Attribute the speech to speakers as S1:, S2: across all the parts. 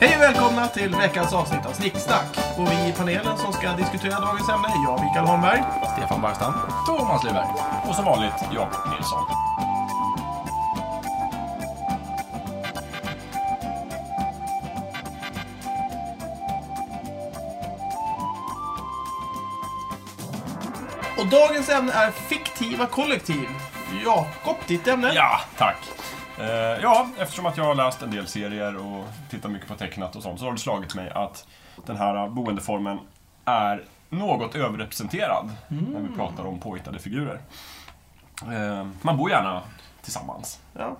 S1: Hej och välkomna till veckans avsnitt av Snicksnack. Och vi i panelen som ska diskutera dagens ämne är jag, Mikael Holmberg.
S2: Stefan Barstam.
S3: Thomas Lyberg. Och som vanligt, Jakob Nilsson.
S1: Och dagens ämne är fiktiva kollektiv. Jakob, ditt ämne?
S3: Ja, tack. Eh, ja, eftersom att jag har läst en del serier och tittat mycket på tecknat och sånt så har det slagit mig att den här boendeformen är något överrepresenterad när vi pratar om påhittade figurer. Eh, man bor gärna tillsammans.
S1: Ja.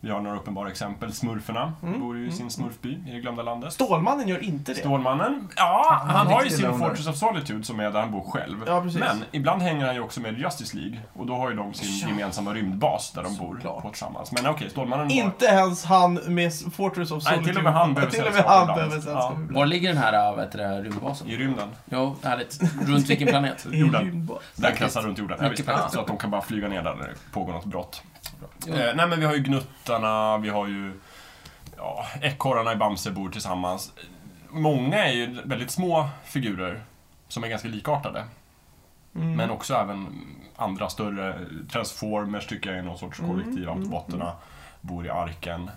S3: Vi har några uppenbara exempel. Smurferna bor ju i sin smurfby i det glömda landet.
S1: Stålmannen gör inte det.
S3: Stålmannen, ja, han, har ju
S2: riktig
S3: sin
S2: loner.
S3: Fortress of Solitude som är där han bor själv.
S1: Ja, precis.
S3: Men ibland hänger han ju också med Justice League och då har ju de sin
S1: Ja.
S3: gemensamma rymdbas där de bor
S1: Såklart.
S3: på tillsammans. Men okej, Stålmannen har-
S1: Inte ens han med Fortress of
S3: Nej,
S1: Solitude.
S3: till och med han behöver
S1: Till och med
S3: sällskap
S1: han
S3: ibland.
S1: behöver sällskap
S3: Ja.
S1: ibland.
S2: Var ligger den här vet du, det, rymdbasen?
S3: i rymden.
S2: Jo, härligt. Runt vilken planet?
S1: I
S3: Jorden.
S1: rymdbas.
S3: Den kretsar runt jorden. Ja,
S2: Mycket
S3: visst.
S2: plats.
S3: så att de kan bara flyga ner där när det pågår något brott.
S2: Jo.
S3: Eh, nej men vi har ju gnuttarna, vi har ju ja, ekorrarna i Bamse bor tillsammans. Många är ju väldigt små figurer som är ganska likartade.
S1: Mm.
S3: Men också även andra större, Transformers tycker jag är någon
S2: Mm,
S3: sorts kollektiv, Autobotterna bor i arken.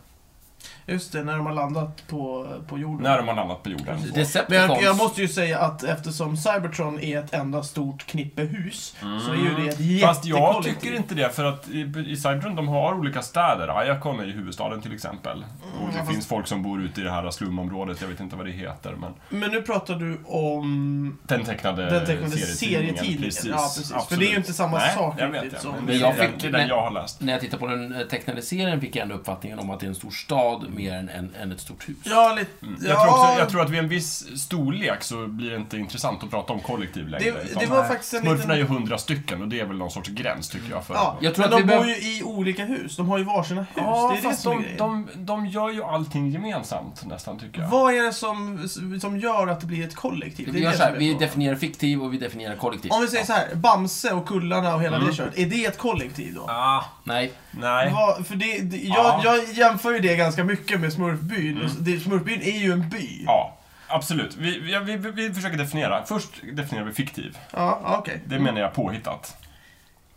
S1: Just det, när de har landat på, på jorden.
S3: När de har landat på jorden.
S2: Precis,
S1: Men jag,
S2: Decepticons.
S1: jag måste ju säga att eftersom Cybertron är ett enda stort knippe hus så är ju det ett jättekollektiv.
S3: Mm. Fast jag tycker inte det, för att i, i Cybertron de har olika städer. Iacon är ju huvudstaden till exempel. Och det
S1: Mm, fast-
S3: finns folk som bor ute i det här slumområdet, jag vet inte vad det heter. Men
S1: Men nu pratar du om
S3: den tecknade,
S1: den tecknade
S3: serietidningen.
S1: serietidningen. Ja, precis. För det är ju inte samma
S3: Nej,
S1: sak
S3: jag vet
S1: riktigt
S3: det.
S1: som-
S3: Men det
S2: Men
S3: är
S2: jag
S3: den-
S2: fick-
S3: det är den
S2: nej.
S3: jag har läst.
S2: När jag tittade på den eh, tecknade serien fick jag ändå uppfattningen om att det är en stor stad mer än, än, än ett stort hus.
S1: Ja, lite...
S3: Mm. Jag, tror också, jag tror att vid en viss storlek så blir det inte intressant att prata om kollektiv längre.
S1: Det-
S3: utan
S1: det var faktiskt en
S3: Smurfarna är ju
S1: liten-
S3: hundra stycken och det är väl någon sorts gräns tycker jag. För
S1: Ja,
S2: Jag tror
S1: men
S2: att
S1: de
S2: vi
S1: bor
S2: behöv-
S1: ju i olika hus. De har ju varsina hus.
S3: Ja,
S1: det är det
S3: fast
S1: som är
S3: de,
S1: grejen.
S3: de, de gör ju allting gemensamt nästan tycker jag.
S1: Vad är det som, som gör att det blir ett kollektiv?
S2: Vi,
S1: är
S2: gör
S1: det
S2: så här,
S1: som är
S2: vi
S1: frågan.
S2: definierar fiktiv och vi definierar kollektiv.
S1: Om vi säger så här, Bamse och Kullarna och hela
S3: Mm.
S1: det köret. Är det ett kollektiv då?
S3: Ah,
S2: Nej.
S3: nej.
S1: Vad- för det, det, jag,
S3: Ja. Mm.
S1: jag jämför ju det ganska mycket med Smurfbyn. Det, Smurfbyn är ju en by.
S3: Ja, absolut. Vi, vi, vi, vi försöker definiera. Först definierar vi fiktiv.
S1: Ja, ja, okej.
S3: Det menar jag påhittat.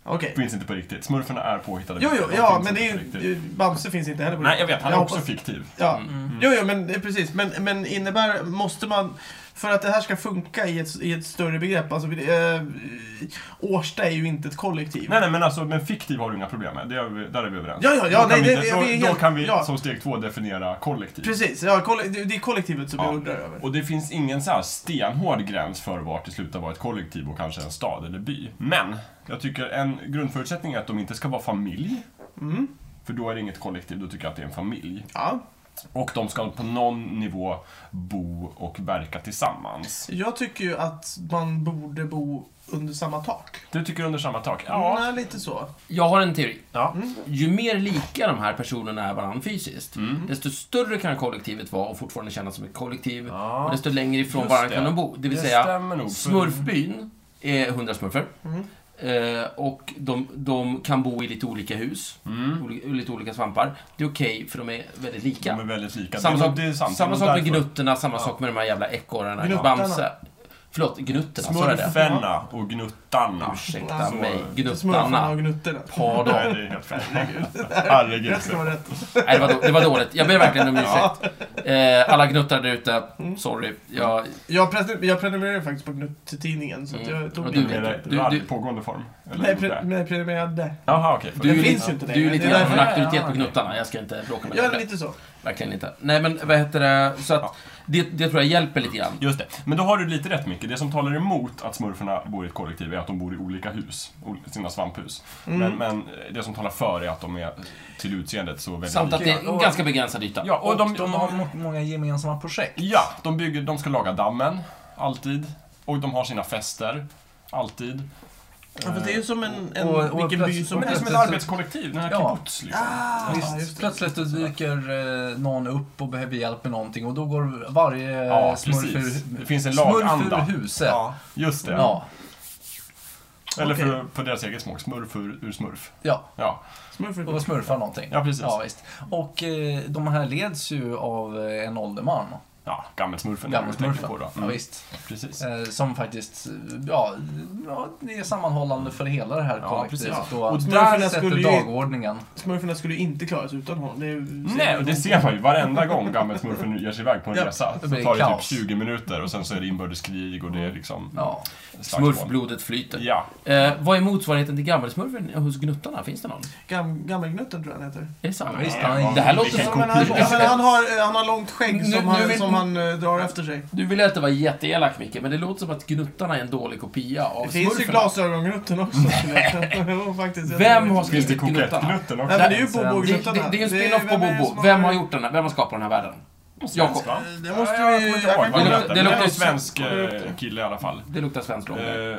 S1: Okej.
S3: Finns inte på riktigt. Smurfarna är påhittade.
S1: Jo, jo,
S3: De
S1: ja,
S3: finns
S1: men det
S3: inte
S1: är
S3: på riktigt.
S1: ju... Bamse finns inte heller på
S3: Nej,
S1: det.
S3: jag vet. Han är
S1: Jag
S3: också
S1: hoppas-
S3: fiktiv.
S1: Ja. Jo, jo, men eh, precis. Men, men innebär, måste man, för att det här ska funka i ett, i ett större begrepp, alltså eh, Årsta är ju inte ett kollektiv.
S3: Nej, nej, men alltså, men fiktiv har du inga problem med. Det är vi, där är vi överens.
S1: Ja, ja, ja,
S3: då kan
S1: nej,
S3: vi,
S1: det-
S3: inte- då,
S1: vi är
S3: då
S1: helt-
S3: kan vi
S1: ja.
S3: som steg två definiera kollektiv.
S1: Precis, ja, kolle, det det är kollektivet som
S3: Ja.
S1: jag undrar över.
S3: Och det finns ingen så här stenhård gräns för vart det slutar vara ett kollektiv och kanske en stad eller by. Men jag tycker en grundförutsättning är att de inte ska vara familj.
S1: Mm.
S3: För då är det inget kollektiv, då tycker jag att det är en familj.
S1: Ja.
S3: Och de ska på någon nivå bo och verka tillsammans.
S1: Jag tycker ju att man borde bo under samma tak.
S3: Du tycker under samma tak?
S1: Nej, lite så.
S2: Jag har en teori.
S3: ja.
S1: Mm.
S2: Ju mer lika de här personerna är varandra fysiskt,
S3: Mm.
S2: desto större kan kollektivet vara och fortfarande kännas som ett kollektiv.
S3: Ja.
S2: Och desto längre ifrån
S3: Just
S2: varandra
S3: det.
S2: kan de bo. Det vill
S3: Det
S2: säga,
S3: stämmer nog, Mm. för-
S2: Smurfbyn är 100 smurfer. Eh, och de, de kan bo i lite olika hus,
S3: Mm.
S2: oli- lite olika svampar. Det är okej, för de är väldigt lika.
S3: De är väldigt lika.
S2: Samma
S3: Det är-
S2: sak,
S3: det är sant.
S2: samma
S3: Det är
S2: sak med
S3: därför.
S2: gnutterna, samma sak med de här jävla ekorrarna.
S1: Gnuttarna.
S2: Bamse. Förlåt, gnutterna. Sa jag det?
S3: Smurfenna och gnuttarna.
S2: Ursäkta
S1: Så-
S2: mig.
S1: Smurfarna och
S2: Gnuttarna.
S1: gnuttorna.
S2: Pardon.
S3: Nej, det är helt fel. Herregud.
S1: Det ska vara rätt.
S2: Nej, det var, då, det var dåligt. Jag ber verkligen om ursäkt. Eh, alla gnuttar där ute,
S1: Mm.
S2: sorry. Jag,
S1: Jag, prenumer- jag prenumererade faktiskt på Gnutt-tidningen, så att jag tog
S2: Och
S1: det.
S2: du
S3: Det är
S2: vet.
S3: det-
S2: Du-
S3: det är
S2: du-
S3: pågående form? Eller
S1: Nej,
S3: inte?
S1: pre- nej, prenumererade.
S3: Jaha, okej.
S2: du är ju
S1: finns
S2: lite,
S1: ju inte
S2: du
S1: längre.
S2: är lite
S1: Det är
S2: grann av en
S1: därför-
S2: auktoritet
S3: ja,
S2: på
S3: okej.
S2: gnuttarna. Jag ska inte bråka med
S1: Ja,
S2: dig.
S1: lite så.
S2: Verkligen inte. Nej, men vad heter det? Så att, det, det tror jag hjälper lite grann.
S3: Just det. Men då har du lite rätt Micke. Det som talar emot att smurfarna bor i ett kollektiv är att de bor i olika hus. ol- Sina svamphus.
S1: Mm.
S3: Men, men det som talar för är att de är till utseendet så väldigt
S2: Samt att
S3: lika.
S2: det är en ganska begränsad yta.
S3: Ja,
S4: Och de, de har må- många gemensamma projekt.
S3: Ja, de, bygger, de ska laga dammen. Alltid. Och de har sina fester. Alltid.
S1: Ja, fast det är ju som en, en
S4: Och- och
S1: vilken by
S4: plötsligt-
S1: som
S3: Men det är som
S1: helst.
S3: ett arbetskollektiv. Den här
S4: Ja.
S3: kibbutz liksom.
S1: Ah, just
S4: Visst,
S1: det.
S4: plötsligt så dyker eh, någon upp och behöver hjälp med någonting och då går varje
S3: Ja,
S4: ja, smurf
S3: precis.
S4: ur,
S3: Det finns en
S4: smurf
S3: laganda.
S4: ur huset. Ja.
S3: Ja, just det.
S4: Ja,
S3: Eller
S1: Okej.
S3: för, på deras eget språk, smurf ur, ur smurf. Ja,
S4: och
S1: Smurfigt.
S4: smurfar någonting.
S3: ja precis.
S4: Ja, visst. Och eh, de här leds ju av eh, en ålderman.
S3: Ja, gammelsmurfen är det du tänker
S4: Gammelsmurfen.
S3: på då.
S4: Ja,
S3: Mm,
S4: visst.
S3: precis.
S4: Eh, som faktiskt ja, ja, det är sammanhållande för hela det här
S3: Ja,
S4: kollektivet.
S3: precis.
S4: Och,
S1: Och
S4: där
S1: smurfarna
S4: sätter
S1: skulle ju-
S4: dagordningen.
S1: Smurfarna skulle ju inte klara sig utan honom. Det är ju-
S3: Nej, och det ser man ju varenda gång gammelsmurfen ger sig iväg på en
S1: Ja,
S3: resa.
S4: det
S3: Så
S4: blir
S3: tar det typ
S4: kaos.
S3: 20 minuter och sen så är det inbördeskrig och det är liksom...
S4: Ja.
S3: slagsmål.
S2: Smurfblodet flyter.
S3: Ja,
S2: Eh, vad är motsvarigheten till gammelsmurfen hos gnuttarna? Finns det någon?
S1: Gam, Gammelgnutten tror jag han heter.
S2: Är det samma?
S4: Ja, visst,
S3: han är-
S2: det här låter
S3: Vilken
S1: Ja,
S2: som...
S1: men han, ja, men han, har, eh, han har långt skägg
S2: Nu-
S1: som,
S2: nu
S1: han,
S2: vill-
S1: som han eh, drar efter sig.
S2: Du vill jag inte vara jätteelak, Micke, men det låter som att gnuttarna är en dålig kopia av
S1: Det finns ju
S2: smurfarna.
S1: glasögongnutten också. skulle jag- Jo, faktiskt. Jag
S2: Vem
S1: tror
S2: har
S1: det.
S3: finns det
S2: Gnuttarna.
S3: kokettgnutten
S1: Nej,
S3: också?
S1: men det är ju
S2: Det,
S1: Bobo-gnuttarna.
S2: det, det är en spin-off på
S1: vem är det
S2: Bobo.
S1: som
S2: Vem har gjort den här? Vem har skapat den här världen? Jakob.
S3: Svensk, va?
S1: Eh, Det måste
S3: Ja,
S1: vi...
S3: jag kommer inte ihåg vad
S1: kan-
S3: han
S2: Det
S3: heter,
S2: låter-
S3: men Det är
S2: låter-
S3: en svensk
S1: Kollar
S3: eh,
S1: upp
S3: kille i alla fall.
S2: Det luktar svenskt lång.
S3: Eh,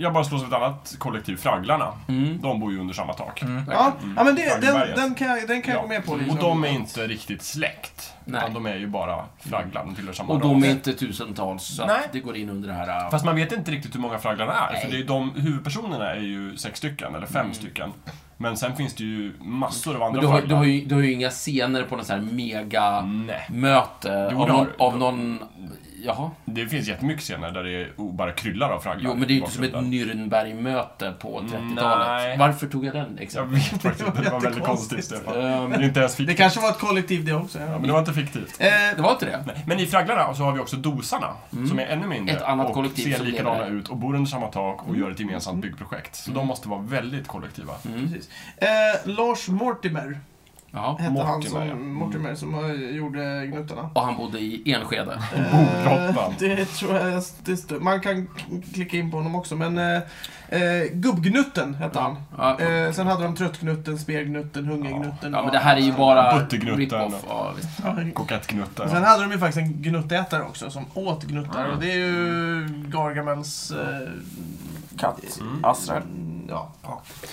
S3: Jag bara slås av ett annat kollektiv, Fragglarna.
S2: Mm.
S3: De bor ju under samma tak.
S1: Ja, ja men det, den,
S3: Fagberget.
S1: den kan jag, den kan jag gå med på.
S3: Och
S1: liksom.
S3: de är inte riktigt släkt.
S2: Nej.
S3: Utan de är ju bara fragglar, de tillhör samma
S2: Och de är
S3: ras.
S2: inte tusentals, så
S3: Nej.
S2: att det går in under det här... eh,
S3: Fast man vet inte riktigt hur många fragglarna är. För
S2: Nej. Mm.
S3: det är ju de, huvudpersonerna är ju sex stycken, eller fem stycken. Men sen finns det ju massor av andra
S2: Men du, har,
S3: fragglar.
S2: du, har ju, du har ju inga scener på någon sån här mega
S3: Nej.
S2: möte
S3: Jo,
S2: av,
S3: det har
S2: någon,
S3: du.
S2: av någon... Jaha?
S3: Det finns jättemycket scener där det är o- bara kryllar av fragglar.
S2: Jo, men det är ju inte som ett
S3: bakgrunden.
S2: Nürnberg-möte på 30-talet.
S3: Mm, Nej.
S2: Varför tog jag den
S3: Jag
S2: exemplet?
S3: vet faktiskt inte, det var väldigt konstigt
S1: Jättekonstigt.
S3: Stefan.
S2: Ehm,
S3: Det är inte ens fiktivt.
S1: Det kanske var ett kollektiv det också.
S3: Ja, men det var inte fiktivt.
S1: Eh,
S2: Det var inte det?
S3: Nej, Men i Fragglarna så har vi också Dosarna, som är ännu mindre
S2: Mm. Ett annat
S3: och
S2: kollektiv
S3: ser
S2: som
S3: likadana
S2: lever. Mm.
S3: ut och bor under samma tak och gör ett gemensamt byggprojekt. Så de måste vara väldigt kollektiva.
S2: Mm.
S1: Precis. Eh, Lars Mortimer
S2: Jaha.
S1: hette han
S3: Mortimer,
S1: som,
S3: ja. Mm.
S1: Mortimer, som eh, gjorde Gnuttarna.
S2: Och han bodde i Enskede.
S3: Bordrottan.
S1: det tror jag det stod. Man kan k- klicka in på honom också, men eh, eh, Gubbgnutten hette han.
S2: Ja,
S1: Eh, sen hade de Tröttgnutten, Spegelgnutten, Hungergnutten.
S2: ja, men det här är ju bara
S3: Buttergnuttar.
S2: rip-off. Ja, visst.
S1: Och sen
S3: Kokettgnuttar.
S1: hade de ju faktiskt en gnuttätare också som åt gnuttar.
S2: Ah.
S1: Och det är ju Gargamels... Eh,
S2: Katt.
S3: Mm.
S2: Asrar.
S1: ja.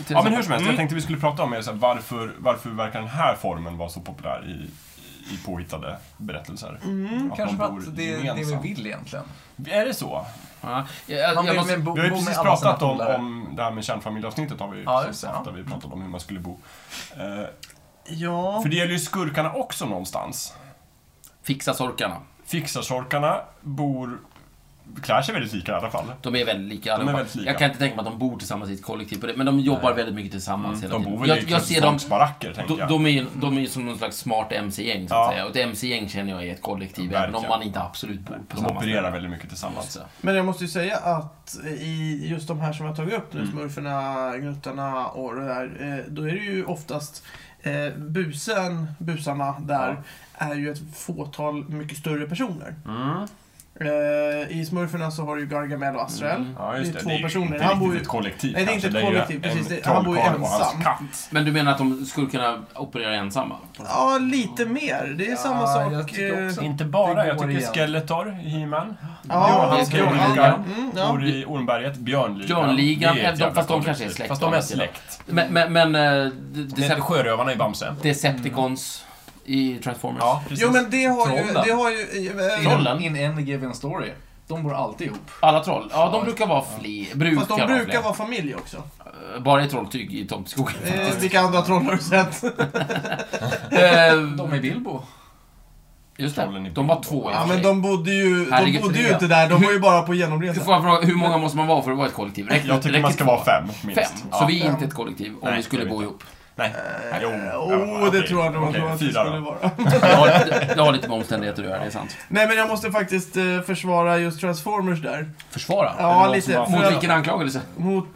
S3: Ja men hur som helst,
S2: Mm.
S3: jag tänkte vi skulle prata om är så här, varför, varför verkar den här formen vara så populär i, i påhittade berättelser? Att
S4: Mm, Kanske
S3: de
S4: för
S3: bor
S4: att det är det vi
S3: gemensamt.
S4: vill egentligen.
S3: Är det så?
S2: Ja, jag,
S4: Man
S2: jag
S4: vill
S2: måste...
S4: med bo,
S3: Vi har ju
S4: bo med
S3: precis
S4: alla sina
S3: pratat om,
S4: polare.
S3: om det här med kärnfamiljeavsnittet har vi ju
S4: Ja,
S3: precis
S4: just det,
S3: haft,
S4: ja.
S3: där vi pratade om hur man skulle bo. Eh,
S1: Ja.
S3: För det gäller ju skurkarna också någonstans.
S2: Fixa sorkarna.
S3: Fixarsorkarna bor... Klär sig väldigt lika i alla fall.
S2: De är väldigt lika
S3: är
S2: allihopa.
S3: väldigt lika.
S2: Jag kan inte tänka mig att de bor tillsammans i ett kollektiv på det, men de jobbar väldigt mycket tillsammans hela
S3: Mm. De
S2: tiden.
S3: bor väl
S2: jag,
S3: i
S2: jag ser dem,
S3: baracker, tänker
S2: de,
S3: jag.
S2: de, är ju, de är ju som någon slags smart MC-gäng, så att
S3: Ja.
S2: säga. Och ett MC-gäng känner jag är ett kollektiv,
S3: Verkligen.
S2: även om man inte absolut bor på
S3: De
S2: samma
S3: opererar
S2: ställe.
S3: väldigt mycket tillsammans.
S1: Men jag måste ju säga att i just de här som jag har tagit upp
S3: Mm.
S1: nu, smurfarna, gnuttarna och det där, eh, då är det ju oftast eh, busen, busarna där, är ju ett fåtal mycket större personer.
S3: Mm.
S1: Eh, I smurfarna så har du ju Gargamel och Azrael.
S3: Mm. Ja, just
S1: Det
S3: det.
S1: är två
S3: ju
S1: personer.
S3: Inte
S1: Han
S3: riktigt
S1: bor ju-
S3: ett kollektiv
S1: Nej, det är
S3: kanske.
S1: inte ett
S3: ju
S1: kollektiv, precis.
S3: en
S1: Det- han bor ju
S3: trollkarl och hans
S1: ensam.
S3: katt.
S2: Men du menar att de skulle kunna operera ensamma?
S1: Ja, lite mer. Det är samma
S4: Ja,
S1: sak.
S4: jag tycker
S1: eh,
S4: också-
S3: Inte
S4: Det
S3: bara. Jag
S4: går
S3: tycker
S4: igen.
S3: Skeletor i He-Man.
S1: Ja,
S3: Björn-
S2: det ska
S3: Björn-
S2: jag
S3: Björn-
S2: göra.
S1: Mm, ja.
S3: Bor i Ormberget. Björnligan.
S2: Björnligan,
S3: Det är ett
S2: de-
S3: jävla
S2: fast de
S3: kollektiv.
S2: kanske är släkt
S3: Fast
S2: å
S3: de är
S2: andra sidan.
S3: släkt.
S2: Men, men, men eh,
S3: Det är
S2: Decep-
S3: sjörövarna i Bamse.
S2: Decepticons i Transformers?
S3: Ja, precis.
S1: Jo, men det har ju...
S4: Trollen.
S1: Det har ju eh,
S2: Trollen.
S4: In, in en given story. De bor alltid ihop.
S2: Alla troll? Ja, de brukar vara fler. Brukar
S1: Fast de
S2: fler.
S1: brukar vara familj också.
S2: Eh, Bara i trolltyg i tomteskogen.
S1: Eh, vilka andra troll har du sett?
S4: De är Bilbo.
S2: Eh, Just det,
S3: Trollen i
S2: de var
S3: Bilbo.
S2: två i och
S1: Ja,
S2: för
S1: men
S2: sig.
S1: de bodde ju, de
S2: Herregud,
S1: bodde ju
S2: tre.
S1: inte där. De var ju bara på
S2: Då
S1: genomresa.
S2: får jag fråga, hur många måste man vara för att vara ett kollektiv? Räcker-
S3: Jag tycker
S2: räcker
S3: man ska
S2: två?
S3: vara fem, minst.
S2: Fem,
S3: Ja.
S2: så vi är
S1: Fem.
S2: inte ett kollektiv om
S3: Nej,
S2: vi skulle
S3: det är
S2: bo
S3: vi
S2: ihop.
S3: Nej. Jo.
S1: Eh,
S3: ja,
S1: oh,
S3: okej.
S1: det tror jag nog
S3: Okej,
S1: att det
S3: fyra
S1: skulle
S3: då.
S1: vara.
S2: Det har, det har lite med omständigheter att göra, det är sant.
S1: Nej, men jag måste faktiskt eh, försvara just Transformers där.
S2: Försvara?
S1: Ja,
S3: någon
S1: lite.
S3: som har-
S1: för
S2: Mot
S1: att-
S2: vilken anklagelse?
S1: Mot...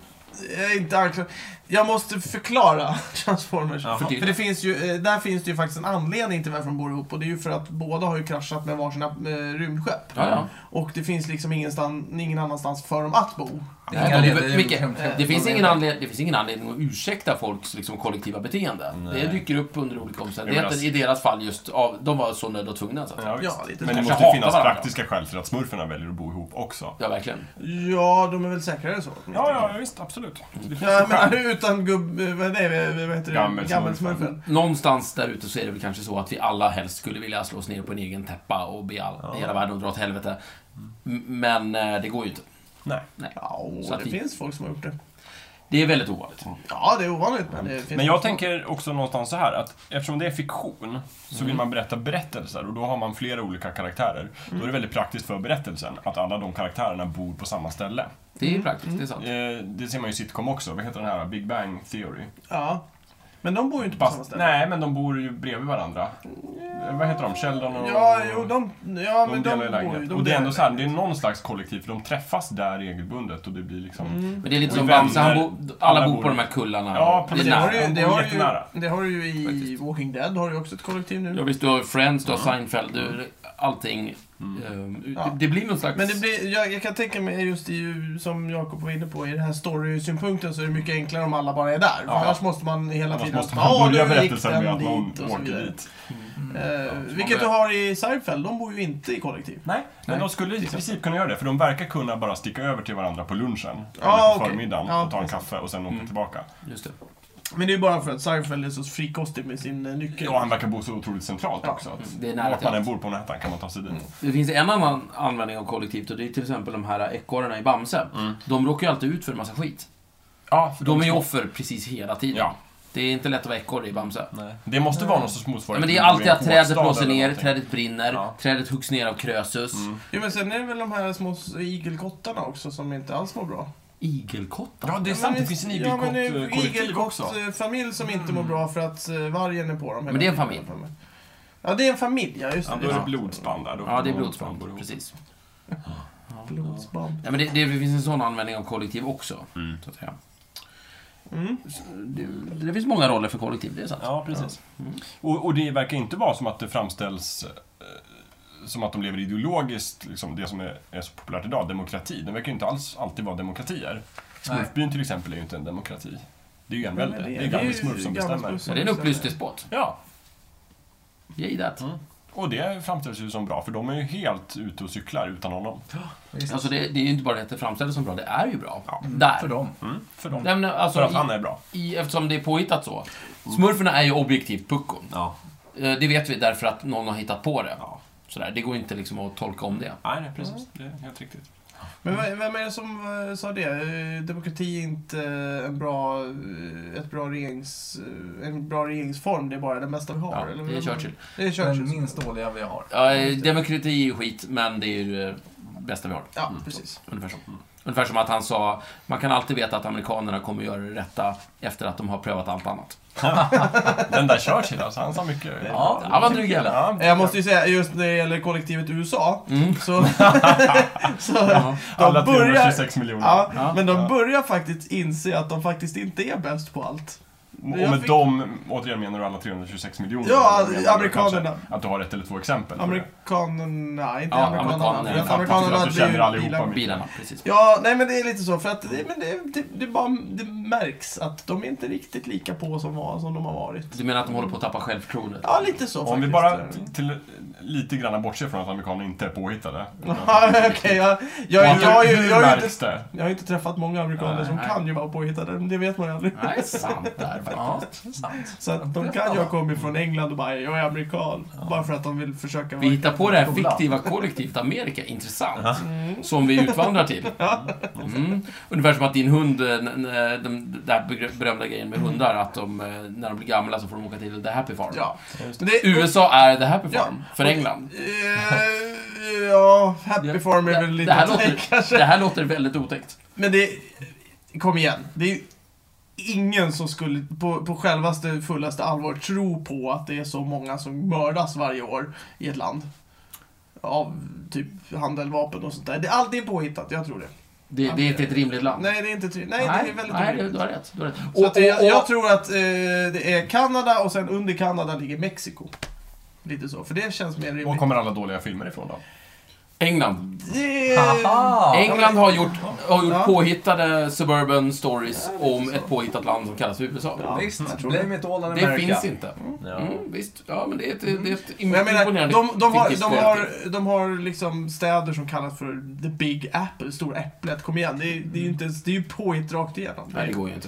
S1: Jag är inte anklag... Jag måste förklara Transformers.
S3: Jaha.
S1: För det finns ju, eh, där finns det ju faktiskt en anledning till varför de bor ihop. Och det är ju för att båda har ju kraschat med varsina eh, rymdskepp.
S2: Ja, ja.
S1: Och det finns liksom ingenstans, ingen annanstans för dem att bo.
S4: Det
S2: Ja,
S4: är inga
S2: de-
S4: lediga
S2: Micke,
S4: julhemskämt.
S2: Det finns,
S4: eh.
S2: ingen anledning, det finns ingen anledning att ursäkta folks liksom, kollektiva beteende.
S3: Nej.
S2: Det dyker upp under olika omständigheter.
S3: Jag menar-
S2: I deras fall just av, de var så nödda och tvungna. Så att. säga.
S3: Ja, visst.
S1: Ja, lite
S3: men
S1: så.
S3: det
S2: Kanske
S3: måste
S2: hatar
S3: ju finnas
S2: varandra.
S3: praktiska skäl till att smurfarna väljer att bo ihop också.
S2: Ja, verkligen.
S1: Ja, de är väl säkrare än så.
S3: Ja, ja, visst. Absolut. Det finns
S1: Ja,
S3: ju
S1: men
S3: skäl.
S1: utan gubb... eh, Vad, nej, vad heter det?
S3: Gammelsmurfen.
S1: Gammelsmurfen.
S2: Någonstans där ute så är det väl kanske så att vi alla helst skulle vilja slå oss ner på en egen täppa och be all, hela världen att dra åt helvete. M- Men eh, det går ju inte.
S3: Nej.
S2: Nej.
S1: Ja,
S2: Så att
S1: det
S2: vi-
S1: finns folk som har gjort det.
S2: Det är väldigt ovanligt.
S1: Ja, det är ovanligt men det finns
S3: Men jag
S1: också-
S3: tänker också någonstans så här att eftersom det är fiktion så
S1: Mm.
S3: vill man berätta berättelser och då har man flera olika karaktärer. Då är
S1: Mm.
S3: det väldigt praktiskt för berättelsen att alla de karaktärerna bor på samma ställe.
S2: Det är praktiskt, det är sant.
S3: Eh, det ser man ju i sitcom också. Vad heter den här? Big Bang Theory?
S1: Ja. Men de bor ju inte på samma
S3: Fast,
S1: ställe. Mm.
S3: nej, men de bor ju bredvid varandra. Eh, Vad heter de? Sheldon och...
S1: Ja, jo, de, ja,
S3: de
S1: men de,
S3: delar ju
S1: bor ju...
S3: lägenhet.
S1: De
S3: Och det är
S1: delar-
S3: ändå så här, det är någon slags kollektiv för de träffas där regelbundet och det blir liksom...
S2: Men det är lite
S3: Och
S2: som
S3: vänner.
S2: Bamse, han bo, alla,
S3: Alla
S2: bor på
S3: bor-
S2: de här kullarna.
S3: Ja,
S2: Det är
S3: precis.
S1: Det
S2: nära.
S1: har, du,
S3: de
S1: det,
S3: bor
S1: har du,
S3: jättenära.
S1: det har du ju i
S2: Faktiskt.
S1: Walking Dead, har du också ett kollektiv nu.
S2: Ja, visst, du har Friends, du har Seinfeld, du har allting. Ehm,
S1: Ja.
S2: Det, det blir någon slags...
S1: Men det blir, jag, jag kan tänka mig just i, som Jakob var inne på, i den här story-synpunkten så är det mycket enklare om alla bara är där. För
S3: Ja.
S1: annars måste man hela
S3: Annars
S1: tiden...
S3: måste
S1: "Ja,
S3: man börja
S1: nu gick
S3: berättelsen
S1: den
S3: med att någon
S1: dit" och så
S3: åker
S1: vidare.
S3: dit.
S1: Eh,
S2: man
S1: vilket du
S2: börjar-
S1: har i Seinfeld, de bor ju inte i kollektiv.
S3: Nej, men
S2: Nej.
S3: de skulle i princip kunna göra det, för de verkar kunna bara sticka över till varandra på lunchen,
S1: Ja,
S3: eller på
S1: okej.
S3: förmiddagen,
S1: Ja,
S3: och ta en
S1: precis.
S3: kaffe och sen åka
S2: Mm.
S3: tillbaka.
S2: Just det.
S1: Men det är ju bara för att Seinfeld är så frikostig med sin eh, nyckel.
S3: Ja, han verkar bo så otroligt centralt
S1: Ja.
S3: också. Mm. Att
S2: Det är nära
S3: vart
S2: till
S3: man än
S2: allt.
S3: bor på Manhattan kan man ta sig dit.
S2: Det finns en annan användning av kollektivt och det är till exempel de här ekorrarna i Bamse. De råkar ju alltid ut för en massa skit.
S3: Ja, för
S2: De är ju offer precis hela tiden.
S3: Ja.
S2: Det är inte lätt att vara ekorre i Bamse.
S3: Nej. Det måste vara någon sorts
S2: Ja,
S3: motsvarighet.
S2: men det är
S3: till att bo i
S2: alltid
S3: en
S2: att trädet
S3: kåkstad
S2: blåser
S3: eller
S2: ner,
S3: någonting.
S2: trädet brinner,
S3: Ja.
S2: trädet huggs ner av Krösus.
S3: Mm.
S1: Jo, men sen är det väl de här små igelkottarna också som inte alls mår bra.
S2: Igelkottar?
S3: Ja, det är sant. Det finns en igelkott-kollektiv också.
S1: familj eh, som inte mår bra för att eh, vargen är på dem. hela
S2: Men det är en
S1: tiden.
S2: familj.
S1: Ja, det är en familj, ja just
S3: Ja,
S1: det.
S3: då är det
S1: Ja.
S3: blodspann där. Då
S2: Ja, det
S3: bor
S2: är
S3: de
S2: blodsband.
S3: ihop.
S2: Precis.
S1: Blodsband.
S2: Ja, men det, det finns en sån användning av kollektiv också.
S3: Mm.
S2: Så att säga.
S1: Mm.
S2: Det, det finns många roller för kollektiv, det är sant.
S3: Ja, precis.
S1: Mm.
S3: Och, och det verkar inte vara som att det framställs eh, som att de lever ideologiskt, liksom, det som är, är så populärt idag, demokrati. Det verkar ju inte alls alltid vara demokratier. Smurfbyn till exempel är ju inte en demokrati. Det är ju en
S1: Nej, men
S3: välde.
S1: det
S3: Det
S1: är-
S3: är
S1: det är ju
S3: gammal smurf som
S1: gammal
S3: bestämmer.
S1: smurf.
S2: Ja, det är en upplyst despot.
S3: Ja,
S2: Yay that.
S3: Mm. och det framställs ju som bra, för de är ju helt ute och cyklar utan honom.
S4: Visst.
S2: Alltså det, det är ju inte bara det att det framställs som bra, det är ju bra.
S3: Ja.
S2: Där.
S4: För dem.
S3: Mm, för dem.
S2: Nej, men alltså,
S3: för att
S2: i-
S3: han är bra.
S2: i, eftersom det är påhittat så. Smurferna är ju objektivt puckon.
S3: Ja.
S2: Eh, Det vet vi därför att någon har hittat på det.
S3: ja.
S2: Sådär, det går inte liksom att tolka om det.
S3: Nej, nej, precis. Det är helt riktigt.
S1: Men vem- vem är det som eh, sa det? Eh, Demokrati är inte eh, en bra, eh, ett bra regerings, eh, en bra regeringsform, det är bara den bästa vi har.
S2: Ja,
S1: eller
S2: det är
S1: vem-
S2: Churchill.
S1: Det är Churchill.
S4: Den minst dåliga vi har.
S2: Ja, eh, demokrati är ju skit, men det är ju det bästa vi har. Mm.
S1: Ja,
S3: Mm.
S1: precis.
S2: Ungefär som. Ungefär som att han sa, man kan alltid veta att amerikanerna kommer göra det rätta efter att de har prövat allt annat.
S3: Den där Churchill alltså, han sa mycket.
S2: Ja, han var dryg jävel.
S3: Ja,
S1: Eh, Jag måste ju säga, just när det gäller kollektivet USA,
S2: Mm.
S1: så... så
S3: alla
S1: de börjar...
S3: 326 miljoner.
S1: Ja,
S2: Ja.
S1: men de
S3: Ja.
S1: börjar faktiskt inse att de faktiskt inte är bäst på allt.
S3: Och
S1: Jag
S3: med
S1: fick-
S3: dem, återigen menar du alla 326 miljoner?
S1: Ja, alltså,
S3: Eller menar du
S1: amerikanerna.
S3: kanske Att du har ett eller två exempel på det?
S1: Amerikanerna, inte
S2: Ja,
S1: amerikanerna.
S2: amerikanerna.
S1: men Amerikanerna
S3: typ Att du känner
S1: blir
S3: allihopa.
S1: bilar.
S2: Bilarna, precis.
S1: Ja, nej men det är lite så. För att det, men det, det, det, bara, det märks att de är inte riktigt lika på som, var, som de har varit.
S2: Du menar att de håller på att tappa självförtroendet?
S1: Ja, lite så
S3: Om
S1: faktiskt. eh,
S3: vi bara till, lite grann bortser från att amerikaner inte är påhittade.
S1: Ja, Okej, jag, jag,
S3: Och
S1: jag, jag, jag,
S3: att nu
S1: jag, har ju
S3: märks
S1: inte,
S3: det.
S1: jag har ju inte träffat många amerikaner
S3: Nej,
S1: som
S2: nej.
S1: kan ju vara påhittade, men det vet man ju aldrig.
S2: Nej, sant där
S4: Ja,
S2: faktiskt.
S4: sant.
S1: Så att de kan ju ha kommit från England och bara “jag är amerikan”, bara för att de vill försöka
S2: Vi
S1: vara...
S2: hittar på det här fiktiva kollektivet Amerika, intressant, som vi utvandrar till. Mm. Ungefär som att din hund, eh, n- n- den där begr- berömda grejen med hundar, att de, eh, när de blir gamla så får de åka till The Happy Farm.
S1: Mm. Ja.
S3: Just
S1: Men det-
S2: USA är The Happy
S1: Ja.
S2: Farm för
S1: Och-
S2: England.
S1: Eh, ja, Happy Farm är väl
S2: det,
S1: lite
S2: det, här
S1: att tänka.
S2: låter, det här låter väldigt otäckt.
S1: Men det... Kom igen. Det är ju ingen som skulle på, på självaste fullaste allvar tro på att det är så många som mördas varje år i ett land. Av typ handel, vapen och sånt där. Det, allt är påhittat, jag tror det.
S2: Det, det är inte ett rimligt land.
S1: Nej, det är inte... tri- Nej, det är väldigt
S2: nej,
S1: orimligt.
S2: du har rätt. Du har rätt.
S1: Så att jag, jag
S2: och-
S1: tror att eh, det är Kanada och sen under Kanada ligger Mexiko. Lite så, för det känns mer
S3: Var
S1: rimligt.
S3: kommer alla dåliga filmer ifrån då?
S2: England.
S1: Det...
S4: Haha!
S2: England har gjort, har gjort
S1: Ja.
S2: påhittade suburban stories
S1: Ja, det är
S2: om
S1: så.
S2: ett påhittat land som kallas för USA.
S1: Ja.
S4: Visst,
S1: jag tror
S4: blame it all on
S2: Det
S4: America.
S2: finns inte.
S3: Ja.
S2: Mm, visst, ja men det är ett, det är ett
S1: Men Jag menar,
S2: imponerande
S1: de, de, har,
S2: fiktivt
S1: de,
S2: kollektiv.
S1: har, de har liksom städer som kallas för The Big Apple, Stora Äpplet. Kom igen, det är, det är ju inte ens, det är ju påhitt rakt igenom.
S2: Nej, det går ju inte.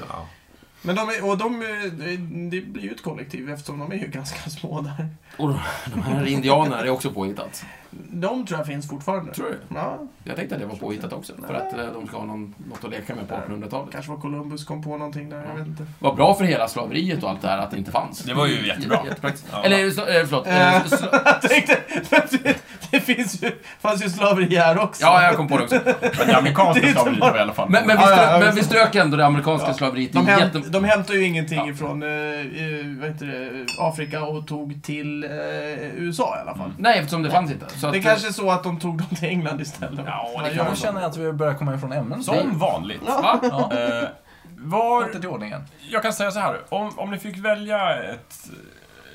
S1: Men de är, och de, är- det blir ju ett kollektiv eftersom de är ju ganska små där.
S2: Och de- de här indianerna är också påhittat.
S1: De tror jag finns fortfarande.
S2: Tror du?
S1: Ja,
S2: Jag tänkte att det var påhittat också. För att eh, de ska ha någon, något att leka med på 1800-talet.
S1: kanske var Columbus kom på någonting där, jag vet inte.
S2: Vad bra för hela slaveriet och allt det här att det inte fanns.
S3: Det var ju jättebra.
S2: Jättepraktiskt.
S3: Ja.
S2: Eller eh, förlåt. eh,
S1: Eh.
S2: sla-
S1: Jag tänkte, det, det finns ju, fanns ju slaveri här också.
S2: Ja, jag kom på det också.
S3: Men det amerikanska
S1: Det är inte
S3: slaveriet
S1: bara-
S3: var i alla fall.
S2: Men, men, vi,
S1: Ja, ja, ja,
S2: strök, men
S1: visst.
S2: vi strök ändå det amerikanska
S3: Ja.
S2: slaveriet.
S1: De,
S2: Det är
S1: hämt,
S2: jätte-
S1: de hämtade ju ingenting
S2: Ja.
S1: ifrån eh, eh, vad heter det, Afrika och tog till eh, USA i alla fall.
S2: Nej, eftersom det fanns inte. Mm. Så
S1: Det
S2: att, eh,
S1: kanske är så att de tog dem till England istället.
S2: Ja,
S1: Vad
S2: det kan
S1: gör
S2: man
S1: de?
S4: Nu känner jag att vi börjar komma ifrån ämnen.
S3: Som vanligt.
S2: Va?
S4: Ja,
S3: Eh,
S4: inte
S3: var,
S4: till ordningen.
S3: jag kan säga så här. Om, om ni fick välja ett,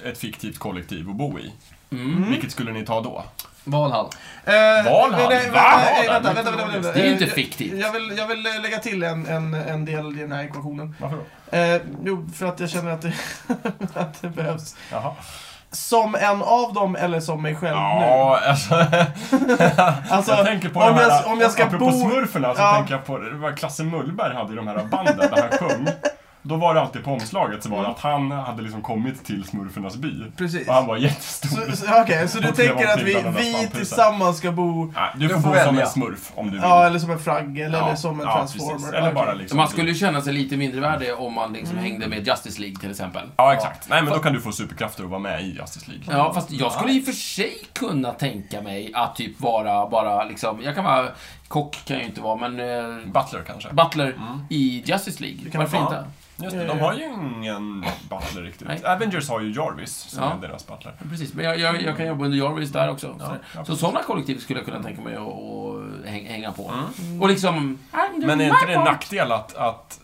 S3: ett fiktivt kollektiv att bo i,
S2: Mm.
S3: vilket skulle ni ta då?
S4: Valhall.
S1: Eh,
S3: Valhall?
S1: nej, nej,
S3: Va?
S1: nej, Vänta, eh, vänta, vänta, vänta.
S2: Det är ju inte
S1: Eh,
S2: fiktivt.
S1: Jag vill, jag vill eh, lägga till en, en, en del i den här ekvationen.
S3: Varför då?
S1: Eh, jo, för att jag känner att det, att det behövs.
S3: Jaha.
S1: Som en av dem eller som mig själv nu.
S3: Ja, alltså,
S1: Alltså,
S3: jag tänker på
S1: om
S3: det här,
S1: jag- om jag ska
S3: apropå
S1: bo-
S3: smurferna så
S1: Ja.
S3: tänker jag på, det var Klasse Mullberg hade ju de här banden där han sjöng. Då var det alltid på omslaget så var det att han hade liksom kommit till smurfernas by.
S1: Mm. Precis.
S3: Och han var jättestor.
S1: Så, så, okej, så du
S3: Och klev
S1: tänker att
S3: omkring
S1: vi,
S3: bland alla
S1: vi
S3: svamphusen.
S1: tillsammans ska bo
S3: Nej, du
S4: Du
S3: får
S4: får
S3: bo som
S4: välja.
S3: en smurf om du vill.
S1: Ja, eller som en fragg, eller,
S3: Mm. Ja,
S1: eller som en
S3: ja,
S1: transformer.
S3: precis. Eller
S1: Okej.
S3: bara liksom...
S2: Man skulle ju känna sig lite mindre värdig om man
S1: Mm.
S2: liksom hängde med Justice League till exempel.
S3: Ja, exakt. Nej, men då kan du få superkrafter och vara med i Justice League.
S2: Ja, fast jag skulle i och för sig kunna tänka mig att typ vara bara liksom, jag kan vara, kock kan jag ju inte vara, men eh,
S3: Butler kanske?
S2: butler i Justice League.
S1: Mm. Det kan
S2: Varför
S1: vara
S2: inte?
S3: Just det, de har ju ingen butler riktigt.
S2: Nej.
S3: Avengers har ju Jarvis som
S2: Ja.
S3: är deras butler.
S2: Precis, men jag, jag, jag kan jobba under Jarvis där också.
S3: Ja, ja,
S2: så
S3: precis.
S2: sådana kollektiv skulle jag kunna tänka mig att att häng- hänga på.
S3: Mm.
S2: Och liksom... I'm doing
S3: Men är
S2: my
S3: inte det en
S2: part.
S3: nackdel att, att eh,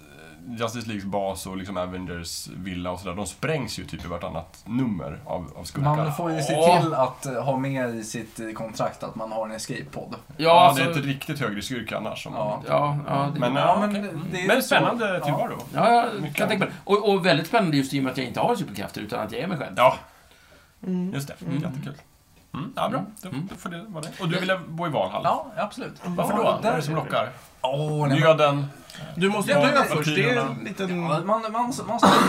S3: Justice Leagues bas och liksom Avengers villa och sådär, de sprängs ju typ i vartannat nummer av, av skurkar.
S4: Man får ju se
S2: Ja.
S4: till att eh, ha med i sitt eh, kontrakt att man har en escape-podd.
S2: Ja,
S3: Ja,
S2: alltså,
S3: det är ett riktigt högre skurk annars. Som
S4: Ja.
S2: ja, ja, det,
S3: Men,
S2: men,
S3: ja,
S4: men
S3: men,
S4: det är ju
S3: men
S4: så.
S3: spännande
S4: Ja.
S3: tillvaro.
S2: ja, jag
S3: mycket
S2: kan tänka mig det. och, och väldigt spännande just i och med att jag inte har superkrafter utan att jag är mig själv.
S3: Ja,
S1: Mm.
S3: just det. Jättekul. Mm, ja, bra. Då,
S2: Mm.
S3: då får det vara det. Och du ville bo i Valhall?
S4: Ja, absolut.
S3: Varför då? Vad är det som lockar?
S4: Åh, nej, men-
S3: Nöden?
S1: Du måste ju
S3: Ja,
S1: dö
S3: och
S1: först, det är
S3: tyrarna.
S1: en liten...
S4: man, man, man står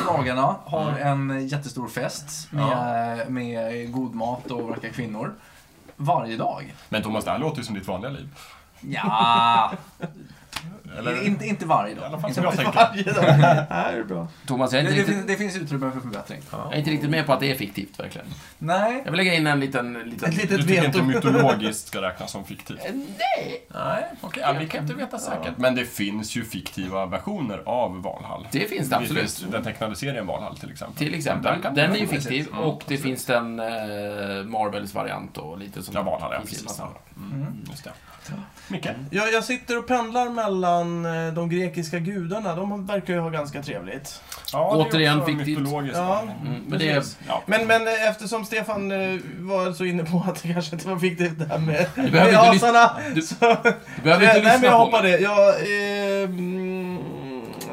S4: på dagarna, har en jättestor fest med, med god mat och vackra kvinnor. Varje dag.
S3: Men Thomas, det här låter ju som ditt vanliga liv.
S4: Ja,
S3: Eller?
S4: inte, inte varje
S3: I
S4: dag.
S3: alla fall
S4: Inte
S3: som jag
S4: varje dag.
S3: tänker.
S1: Varje dag. Det här är bra.
S2: Thomas, jag är,
S4: Det,
S2: inte
S4: det,
S2: riktigt,
S4: finns, det finns utrymme för förbättring.
S2: jag är inte riktigt med på att det är fiktivt verkligen.
S4: Nej.
S2: Jag vill lägga in en liten... liten
S1: Ett litet
S3: Du tycker inte
S1: veto.
S3: mytologiskt ska räknas som fiktivt?
S2: Nej!
S3: Nej, okej. ja, vi kan inte veta säkert. Men det finns ju fiktiva versioner av Valhall.
S2: Det finns det absolut.
S3: finns den tecknade serien Valhall till exempel.
S2: Till
S3: Den
S2: exempel.
S3: kan-
S2: Den, är ju fiktiv
S3: Mm,
S2: och det finns den eh, Marvels variant och lite sånt.
S3: Ja, Valhall, ja,
S2: Finns ju en
S3: precis.
S2: massa.
S3: Mm, just det. Micke?
S1: Jag, jag sitter och pendlar mellan eh, de grekiska gudarna. De verkar ju ha ganska trevligt.
S3: Ja,
S2: Återigen
S3: också
S2: fiktivt.
S3: mytologiskt.
S1: Ja.
S2: Mm, men det är,
S1: Precis.
S3: Ja.
S1: Men, men eh, eftersom Stefan eh, var så inne på att det kanske inte var fiktivt det här med,
S2: Du behöver
S1: med
S2: inte lyssna-
S1: asarna.
S2: du-
S1: så-
S2: du behöver inte
S1: nej,
S2: lyssna
S1: men jag
S2: på
S1: hoppar
S2: mig.
S1: det. Jag, eh, mm,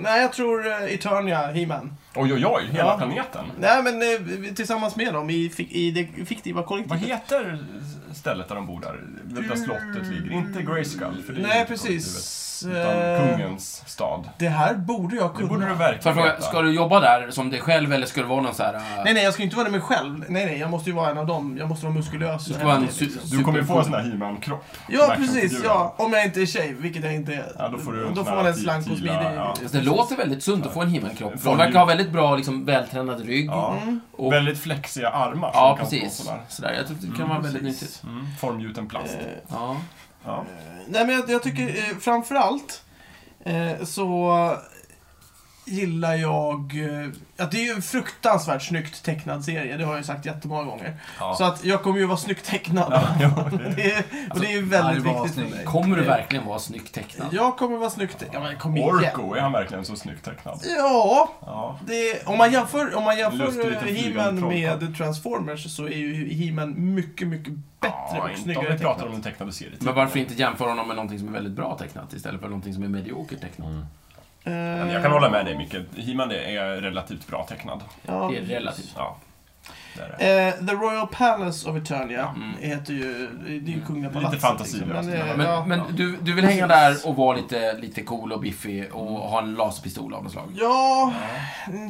S1: nej, jag tror eh, Eternia, He-Man.
S3: Oj, oj, oj, hela
S1: Ja.
S3: planeten.
S1: Nej, men eh, vi- tillsammans med dem i, fik- i det fiktiva
S3: Vad
S1: kollektivet.
S3: heter stället där de bor där? Där slottet ligger? Inte Grayskull, för det är ju
S1: Nej,
S3: inte
S1: precis.
S3: kollektivet, Utan
S1: Eh,
S3: kungens stad.
S1: Det här borde jag
S3: Det
S1: kunna.
S3: borde du
S2: Får
S3: verkligen
S2: jag fråga,
S3: veta.
S2: ska du jobba där som dig själv eller ska du vara någon så här... eh,
S1: Nej, nej, jag ska ju inte vara det mig själv. Nej, nej, jag måste ju vara en av dem. Jag måste vara muskulös.
S2: Du ska vara en
S1: Nej,
S2: su-
S3: Du kommer ju få en sån här He-Man-kropp.
S1: Ja,
S3: verkligen
S1: precis.
S3: figur.
S1: Ja, om jag inte är tjej, vilket jag inte är.
S3: Ja, då får du
S1: då
S3: en sån
S1: får
S3: här
S1: man en
S3: ti-
S1: slank och
S3: tila,
S1: smidig.
S3: ja.
S2: Fast Alltså, det låter väldigt sunt att få en himmelkropp.
S3: Från
S2: De verkar
S3: jul.
S2: ha väldigt bra, liksom, vältränad rygg.
S3: Ja.
S1: Mm.
S2: Och,
S3: Väldigt flexiga armar. som
S2: ja,
S3: kan stå
S2: precis.
S3: sådär.
S2: Sådär. Jag tror att det kan vara väldigt
S1: precis.
S2: nyttigt.
S3: Mm, formgjuten plast.
S1: Eh,
S2: Ja.
S3: Ja.
S1: Nej, men jag, jag tycker eh, framförallt eh, så gillar jag... Eh, att det är ju en fruktansvärt snyggt tecknad serie, det har jag ju sagt jättemånga gånger.
S3: Ja.
S1: Så att jag kommer ju vara snyggt tecknad.
S3: Ja, Alltså, jo, det-
S1: Det är, och det är ju väldigt
S4: det var
S1: viktigt för
S4: snyggt.
S1: mig.
S2: Kommer du verkligen vara snyggt tecknad?
S1: Jag kommer vara snyggt tecknad. Ja, men kom igen.
S3: Orko, är han verkligen så snyggt tecknad?
S1: Ja,
S3: Ja.
S1: det, om man jämför, om man
S3: Lustig
S1: jämför
S3: liten
S1: eh,
S3: flygande
S1: He-Man
S3: trollkarl.
S1: med Transformers så är ju He-Man mycket, mycket bättre
S3: ja,
S1: och
S3: inte om
S1: snyggare
S3: vi pratar om
S1: tecknad.
S3: den tecknade serien.
S2: Men varför inte jämföra honom med någonting som är väldigt bra tecknat istället för någonting som är mediokert tecknat?
S1: Mm. Eh,
S3: Men Jag kan hålla med dig Micke. He-Man är relativt bra tecknad.
S1: Ja,
S2: Det är relativt.
S3: Ja. Det är det.
S1: Eh, The Royal Palace of Eternia
S2: Mm.
S1: heter ju, det är ju kungliga
S3: Mm. Lite
S1: palatset.
S3: fantasilöst,
S1: liksom. Men, det-
S3: men-
S2: Men,
S1: ja,
S2: men du, du vill hänga där och vara lite, lite cool och biffig och
S1: Mm.
S2: ha en laserpistol av något slag?
S1: ja,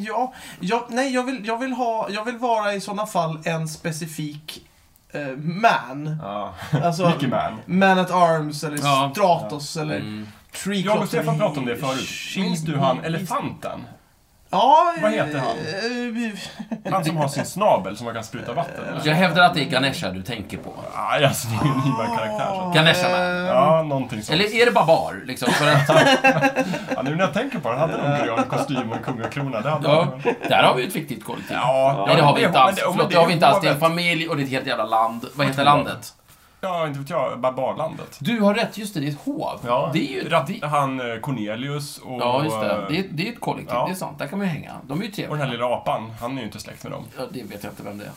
S1: ja, ja, nej jag vill, jag vill ha, jag vill vara i sådana fall en specifik eh, man.
S3: Ja.
S1: Alltså,
S3: Mickey Man.
S1: Man at Arms eller
S2: Ja.
S1: Stratos eller
S2: Mm.
S1: Tree
S3: Jag
S1: Crops
S3: och Stefan
S1: eller-
S3: pratade om det förut. Minns du han elefanten?
S1: Ja,
S3: Vad heter han?
S1: eh,
S3: Han som har sin snabel som man kan spruta vatten eller?
S2: Jag hävdar att det är Ganesha du tänker på.
S3: Nej, alltså det är ju en ny karaktär. Så.
S2: Ganesha
S1: eh,
S3: Ja, någonting sånt.
S2: Eller är det bara bar? Liksom, för att,
S3: Ja, nu när jag tänker på det, hade de grön kostym och en kungakrona? Det hade
S2: ja,
S3: de.
S2: där har vi ett fiktivt kollektiv.
S3: Ja,
S2: Nej, det har vi inte alls.
S3: men men
S2: Förlåt, det har vi inte alls. Det är en
S3: hovet.
S2: familj och det är ett helt jävla land. Vad heter landet?
S3: Ja, inte vet jag. Barbarlandet.
S2: Du har rätt, just det. Det är ett hov.
S3: Ja,
S2: Det är ju...
S3: Rat-
S2: det-
S3: han eh, Cornelius och...
S2: Ja, just det. Det är, det är ett kollektiv.
S3: Ja.
S2: Det är sant. Där kan man ju hänga. De är ju
S3: Och den
S2: trevliga.
S3: här lilla apan, han är ju inte släkt med dem.
S2: Ja, det vet jag inte vem det är.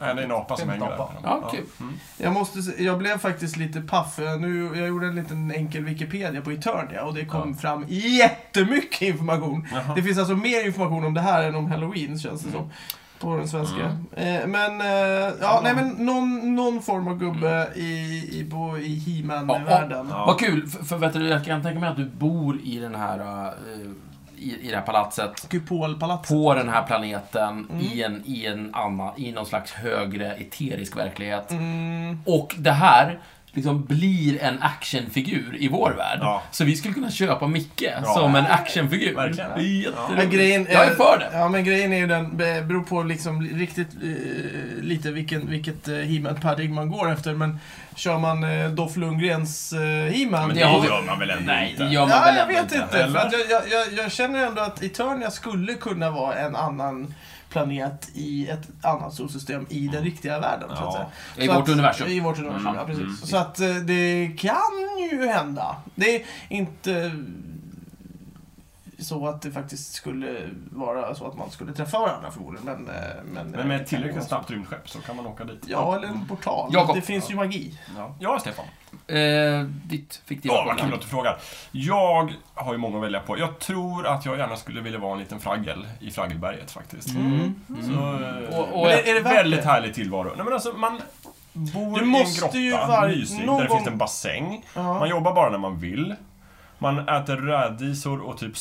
S3: Nej, det är en apa som
S4: Det är en
S3: hänger där.
S4: apa.
S2: Ja, kul.
S3: Mm.
S1: Jag, måste, se- jag blev faktiskt lite paff. för Jag, nu, jag gjorde en liten enkel Wikipedia på Eternia och det kom fram jättemycket information. Det finns alltså mer information om det här än om Halloween känns det som. På den svenska. Eh, men, eh, ja, nej men någon, någon form av gubbe i, i, på, i He-Man-världen.
S3: Ja.
S2: Vad kul, för, för vet du, jag kan tänka mig att du bor i den här, eh, i, i det här palatset,
S1: Kupolpalatset.
S2: på den här planeten,
S1: mm.
S2: i, en, i, en annan, i någon slags högre eterisk verklighet.
S1: Mm,
S2: Och det här liksom blir en actionfigur i vår värld.
S3: Ja.
S2: Så vi skulle kunna köpa Micke som en actionfigur.
S3: Verkligen.
S2: Det är jätteroligt.
S1: men grejen
S2: Jag är för det.
S1: Ja, men grejen är ju den, det beror på liksom riktigt eh, lite vilken, vilket eh, He-Man-paradigm man går efter. Men kör man eh, Doff Lundgrens eh, He-Man.
S3: Men det
S2: Jag har-
S3: gör man väl ändå
S2: Nej, det
S3: inte?
S2: gör man
S1: Ja,
S2: väl
S1: jag
S2: ändå
S1: vet inte.
S3: eller?
S1: För att jag, jag, jag, jag känner ändå att Eternia skulle kunna vara en annan planet i ett annat solsystem i den riktiga världen. Så att
S3: Ja.
S1: säga.
S2: I
S1: Så
S2: vårt
S1: att,
S2: universum.
S1: I vårt universum,
S2: Mm.
S1: ja precis.
S2: Mm.
S1: Så att eh, det kan ju hända. Det är inte så att det faktiskt skulle vara så att man skulle träffa varandra förmodligen. Men, eh, men,
S3: Men med ett tillräckligt
S1: snabbt.
S3: snabbt rymdskepp så kan man åka dit.
S1: Ja, eller en portal.
S2: Jakob.
S1: Det finns ju magi.
S3: Ja, ja Stefan.
S2: Eh, ditt fiktiva
S3: Ja, vad kul
S2: kollektiv.
S3: att du frågar. Jag har ju många att välja på. Jag tror att jag gärna skulle vilja vara en liten fraggel i Fraggelberget faktiskt.
S1: Mm.
S3: Så, eh,
S2: Och, och
S1: Men
S2: jag,
S1: är det värt
S3: väldigt
S1: det?
S3: härlig tillvaro. Nej, men alltså, man bor
S1: Du
S3: i
S1: måste
S3: en grotta,
S1: ju var-
S3: mysig,
S1: någon
S3: där det
S1: gång-
S3: finns en bassäng.
S1: Ja.
S3: Man jobbar bara när man vill. Man äter rädisor och typ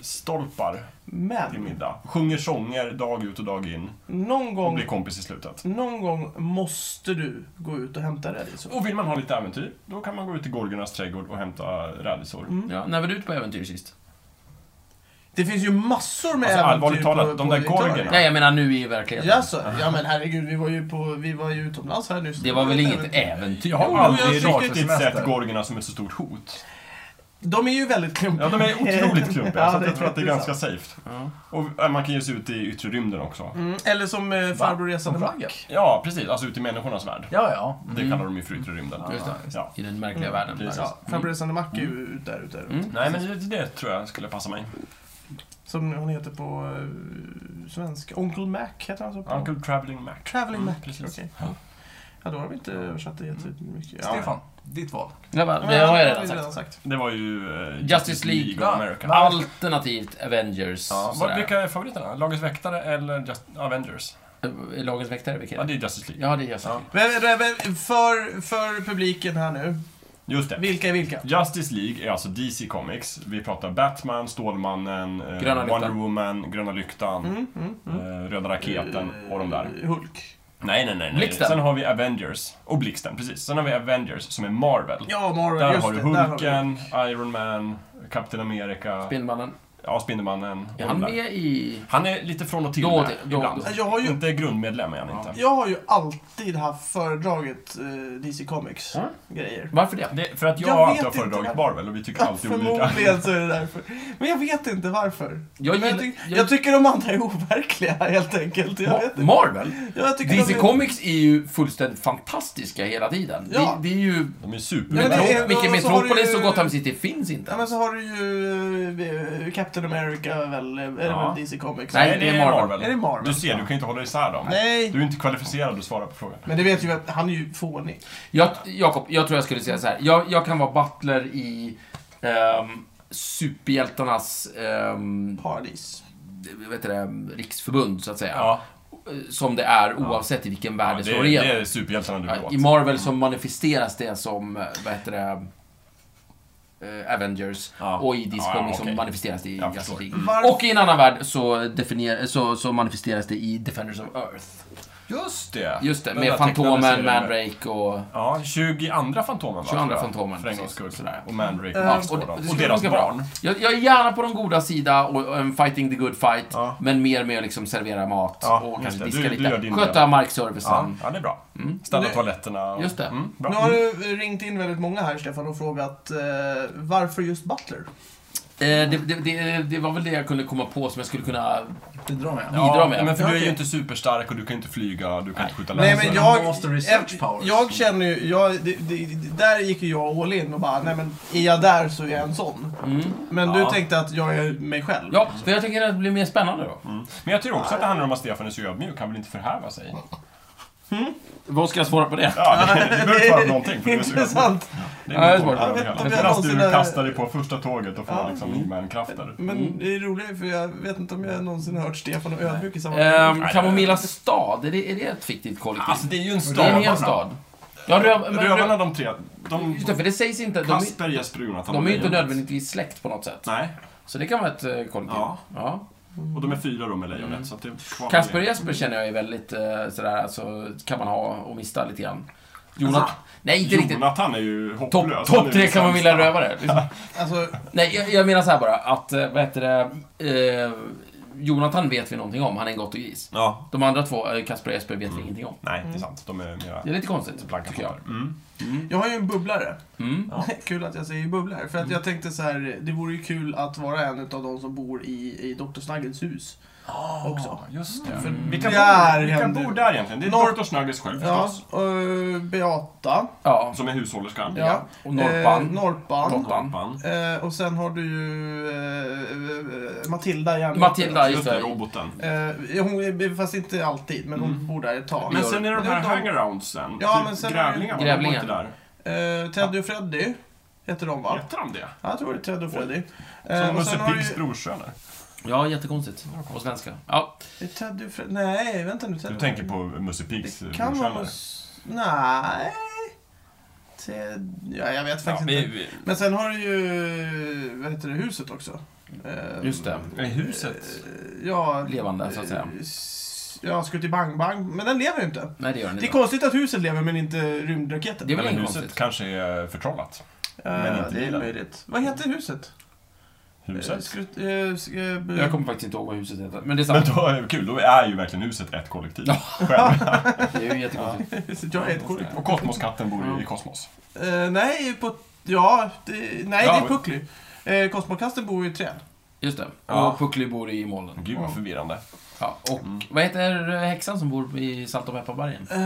S3: sockerstolpar till
S1: Men
S3: middag. Sjunger sånger dag ut och dag in.
S1: någon
S3: Och
S1: gång
S3: blir kompis i slutet.
S1: Någon gång måste du gå ut och hämta rädisor.
S3: Och vill man ha lite äventyr, då kan man gå ut i Gorgornas trädgård och hämta rädisor.
S2: ja, när var du ute på äventyr sist?
S1: Det finns ju massor med
S3: Alltså, allvarligt
S1: äventyr
S3: talat, de där
S1: Eternia.
S3: gorgerna.
S2: Nej, jag menar nu i verkligheten.
S1: Jaså? Ja men herregud, vi var ju, på, vi var ju utomlands här nyss.
S2: Det var väl inget
S1: Äventyr.
S2: äventyr?
S3: Jag har
S1: jag
S3: aldrig
S1: tycker
S3: riktigt
S5: semester.
S3: sett gorgerna som ett så stort hot.
S1: De är ju väldigt klumpiga.
S3: Ja, de är otroligt klumpiga,
S1: Ja,
S3: så att
S1: det
S3: jag tror att det är
S1: sant.
S3: ganska safe. Och eh, man kan ge sig ut i yttre rymden också.
S1: Mm, eller som eh, farbror Resande Mack.
S3: Ja, precis. Alltså ut i människornas värld.
S4: Ja, ja. Mm.
S3: Det kallar de ju för yttre rymden.
S2: Just det.
S3: Ja.
S2: I den märkliga världen.
S3: Mm, precis.
S2: Ja.
S1: Farbror Resande Mack är ju ut där ute.
S2: Mm.
S3: Nej, men det, det tror jag skulle passa mig.
S1: Som hon heter på eh, svenska. Onkel Mac heter han så på?
S3: Uncle Traveling Mac. Mm,
S1: Traveling Mac.
S3: precis. Mm.
S1: Okej. Ja, då har vi inte översatt det jättemycket. Ja.
S4: Stefan, ditt val.
S2: Ja, va?
S1: Ja,
S2: Det har jag
S1: har
S2: redan
S1: vi
S2: sagt.
S3: Det var ju eh,
S2: Justice League
S3: of
S4: ja.
S3: America.
S4: Ja.
S2: Alternativt Avengers.
S3: Ja,
S2: sådär.
S3: vad, vilka är favoriterna? Lagets väktare eller Just Avengers?
S2: Eh, Lagens väktare, vilka
S3: Ja,
S2: är det?
S3: det är Justice League.
S2: Ja, det är jag. Ja.
S1: Men, men, men, för, för publiken här nu.
S3: Just det.
S1: Vilka är vilka?
S3: Justice League är alltså DC Comics. Vi pratar Batman, Stålmannen, eh,
S2: Gröna
S3: Wonder
S2: lyktan.
S3: Woman, Gröna Lyktan, eh, Röda Raketen och de där.
S1: Eh, Hulk.
S3: Nej, nej, nej. nej.
S2: Blixten.
S3: Sen har vi Avengers. Och Blixten, precis. Sen har vi Avengers som är Marvel.
S1: Ja, Marvel.
S3: Där
S1: just
S3: har du
S1: det,
S3: Hulken, Iron Man, Kapten America,
S2: Spindelmannen.
S3: ja, Spindelmannen. och
S2: Är han
S3: de där.
S2: med i...
S3: han är lite från och till
S2: Då-
S3: där
S2: då-
S3: ibland.
S2: då-
S1: Jag har ju-
S3: Inte grundmedlem är han inte.
S1: Jag har ju alltid haft föredraget eh, DC Comics
S3: Mm.
S1: grejer.
S2: Varför det?
S3: Det, för att jag,
S1: Jag vet
S3: alltid
S1: inte
S3: har
S1: Ah,
S3: föredragit
S1: varför.
S3: Marvel och vi tycker alltid olika.
S1: Förmodligen så är det därför. Men jag vet inte varför.
S2: Jag
S1: Men
S2: gillar-
S1: jag, tyck-
S2: jag-
S1: jag tycker de andra är overkliga helt enkelt. Jag vet
S2: Ma-
S1: inte.
S2: Marvel?
S1: Jag tycker de
S2: DC
S1: är-
S2: Comics är ju fullständigt fantastiska hela tiden.
S1: Ja.
S2: Det, det är ju...
S3: De är
S1: Ja, men det
S3: supermedlemmar.
S1: är-
S2: Vilken
S1: och så har
S2: Metropolis
S1: du-
S2: och Gotham City finns inte
S1: Ja, men så har du ju eh, Captain America väl, eh, är det
S3: Ja.
S1: väl DC Comics?
S2: Nej,
S3: Nej,
S2: det är Marvel.
S1: Är det Marvel?
S3: Du ser, du kan inte hålla isär dem.
S1: Nej.
S3: Du är inte kvalificerad att svara på frågan.
S1: Men det vet ju att han är ju fånig.
S2: Jag, Jakob, jag tror jag skulle säga så här. Jag, jag kan vara butler i ehm, superhjältarnas ehm,
S1: Paradis.
S2: vad heter det, riksförbund, så att säga. som det är oavsett i vilken värld det
S3: det,
S2: slår
S3: det
S2: igenom.
S3: är superhjältarna du vill
S2: Ja, I
S3: åt.
S2: Marvel
S3: Mm.
S2: så manifesteras det som, eh, vad heter det, eh, Avengers.
S3: Ja.
S2: Och i Disco
S3: Ja, ja,
S2: liksom
S3: okej.
S2: manifesteras det i
S3: Jag
S2: Justice
S3: förstår.
S2: League.
S1: Varför-
S2: Och i en annan värld så, definier- så, så manifesteras det i Defenders of Earth.
S3: Just det!
S2: Just det,
S3: Den
S2: med
S3: där tecknade
S2: Fantomen,
S3: serien med-
S2: Mandrake och...
S3: Ja, 22 Fantomen va?
S2: 22
S3: tror jag.
S2: Fantomen,
S3: För en gångs
S2: precis.
S3: skull.
S2: Sådär.
S3: Och Mandrake.
S1: Ja,
S3: Ja,
S2: och
S3: och,
S2: det- det
S3: och
S2: skulle
S3: deras
S2: funka bra.
S3: barn.
S2: Jag, jag är gärna på den goda sida och, och en fighting the good fight,
S3: Ja.
S2: men mer med att liksom servera mat
S3: Ja,
S2: och
S3: just
S2: kanske
S3: det.
S2: diska
S3: Du- du
S2: lite.
S3: gör din
S2: Sköta
S3: del. Ja,
S2: markservicen.
S3: ja, det är bra. Ställa
S1: Nu-
S3: Mm. toaletterna. och-
S2: Mm. Just det.
S3: Mm, bra.
S1: Nu har du ringt in väldigt många här, Stefan, och frågat eh, varför just Butler?
S2: Eh, det, det, det, det var väl det jag kunde komma på som jag skulle kunna...
S4: Bidra med.
S2: Ja. bidra med.
S3: Men för du är
S1: Okej.
S3: ju inte superstark och du kan ju inte flyga, du kan inte skjuta
S1: Nej,
S3: laser.
S1: men
S4: man
S1: jag,
S4: måste research
S1: eh,
S4: powers.
S1: jag känner ju, jag, det, det, det- där gick ju jag all in och bara, nej men är jag där så är jag en sån.
S2: Mm.
S1: Men
S3: Ja.
S1: du tänkte att jag är mig själv.
S2: Ja, för jag tycker att det blir mer spännande då.
S3: Men jag tycker också att det handlar om att Stefan är så ödmjuk, han vill inte förhäva sig.
S2: Vad ska jag svara på det?
S3: Ja, det, du behöver inte svara på någonting, för du är så ödmjuk.
S1: Intressant.
S3: Det
S2: Ja, det är
S3: är
S2: svårt.
S3: ja,
S1: Jag vet inte om
S3: det
S1: jag
S3: Medan
S1: någonsin
S3: du
S1: har-
S3: kastar dig på första tåget och får
S1: Ja.
S3: liksom He-Man-krafter.
S1: Men det är roligt för jag vet inte om jag någonsin har hört Stefan och ödmjuk i samma
S2: Ehm, Kamomilla stad, är det, är det ett fiktivt kollektiv?
S3: Alltså det är ju en
S2: det är en
S3: stad.
S2: hel stad. Ja, röv, men,
S3: Rövarna de tre, de...
S2: Just det, för det sägs inte. De, är-
S3: Kasper, Jesper och Jonathan.
S2: de är ju
S3: och
S2: inte
S3: Lejonet.
S2: nödvändigtvis släkt på något sätt.
S3: Nej,
S2: Så det kan vara ett eh, kollektiv.
S3: Ja.
S2: Ja.
S3: och de är fyra då med Lejonet. Så att det är kvar
S2: Mm. Kasper och
S3: med-
S2: Jesper känner jag är väldigt eh, sådär, alltså kan man ha och mista lite grann. Jonathan.
S3: Alltså,
S2: nej, inte riktigt.
S3: Jonathan är ju
S2: Topp
S3: hopplös. Han är
S2: top
S3: ju
S2: tre
S3: sämst.
S2: Kamomilla rövare. Liksom.
S1: Alltså,
S2: Nej, jag, jag menar så här bara att, eh, vad heter det, eh, Jonathan vet vi någonting om, han är en gottegris.
S3: Ja.
S2: De andra två, eh, Kasper och Jesper, vet vi ingenting om.
S3: Nej, det är sant. De är mera
S2: Det är lite konstigt,
S3: blanka
S2: Mm. tycker jag.
S3: fåglar. Mm.
S1: jag har ju en bubblare.
S2: Mm.
S1: Kul att jag säger bubblare. För att jag tänkte så här, det vore ju kul att vara en av de som bor i, i Dr. Snuggles hus. Också.
S3: Just det. För
S1: Mm.
S3: vilka,
S1: Där
S3: bor, vilka
S1: händer-
S3: bor där egentligen? Det är
S1: Norr-
S3: Dr. Snuggles själv
S1: Ja,
S3: förstås.
S1: och eh, Beata.
S2: Ja.
S3: Som är hushållerskan.
S1: Ja.
S2: Och Norpan.
S1: Eh, Norpan.
S2: Norpan.
S3: Bampan.
S1: Eh, och sen har du ju eh, eh, Matilda Järnroth.
S2: Matilda,
S3: Just
S2: just
S3: det,
S2: det.
S3: roboten.
S1: Eh, hon, är- fast inte alltid, men hon
S2: Mm.
S1: bor där ett tag.
S3: Men sen är det de här
S1: de-
S3: hangaroundsen.
S1: Ja,
S3: typ
S1: men sen är det-
S3: grävlingarna.
S2: Grävlingar.
S3: De bor inte
S1: Eh, Teddy och Freddy heter de
S3: där.
S1: va?
S3: Heter de det?
S1: Ja, jag tror det är Teddy och Freddy.
S3: Som
S1: Eh, och sen
S3: Musse
S1: har du
S3: Piggs
S1: ju...
S3: brorsöner.
S2: Ja, jättekonstigt. På svenska. Ja.
S1: är Teddy och Freddy... Nej, vänta nu. Teddy
S3: Du
S1: och
S3: tänker
S1: Freddy.
S3: på Musse Piggs
S1: Det kan vara...
S3: brorsöner?
S1: Mus- Nej... Ted... Ja, jag vet
S3: Ja,
S1: faktiskt
S3: vi-
S1: inte.
S3: vi-
S1: Men sen har du ju... Vad heter det? Huset också. Eh,
S2: Just det.
S3: I huset?
S1: eh, Ja...
S2: Levande, så att säga.
S1: eh, s- Ja, skutt i Bang Bang. Men den lever ju inte.
S2: Nej, det gör den
S1: Det är
S2: inte.
S1: konstigt att huset lever men inte rymdraketen.
S2: Det är väl
S3: Eller
S2: inget
S3: huset
S2: konstigt.
S3: kanske är förtrollat.
S1: Eh,
S3: men inte
S1: det är
S3: bilen.
S1: möjligt. Vad heter huset? Eh,
S3: Huset.
S1: Skrutt, eh, sk- eh,
S2: Jag kommer faktiskt inte ihåg vad huset heter. Men det är
S3: Men
S2: sant.
S3: då är det kul, då är ju verkligen huset ett kollektiv.
S2: Ja.
S3: Själv.
S2: Det är ju jättekonstigt.
S1: Jag är ett korrekt.
S3: Och kosmoskatten bor ju i kosmos.
S1: Eh, nej, på, ja, det, nej
S2: Ja.
S1: det är Puckly. Eh, Kosmokasten bor ju i träd.
S2: Just det.
S3: Ja.
S2: Och Puckly bor i molnen.
S3: Gud vad förvirrande.
S2: Ja, och vad heter eh, häxan som bor i Salt och pepparbergen?
S1: Eh,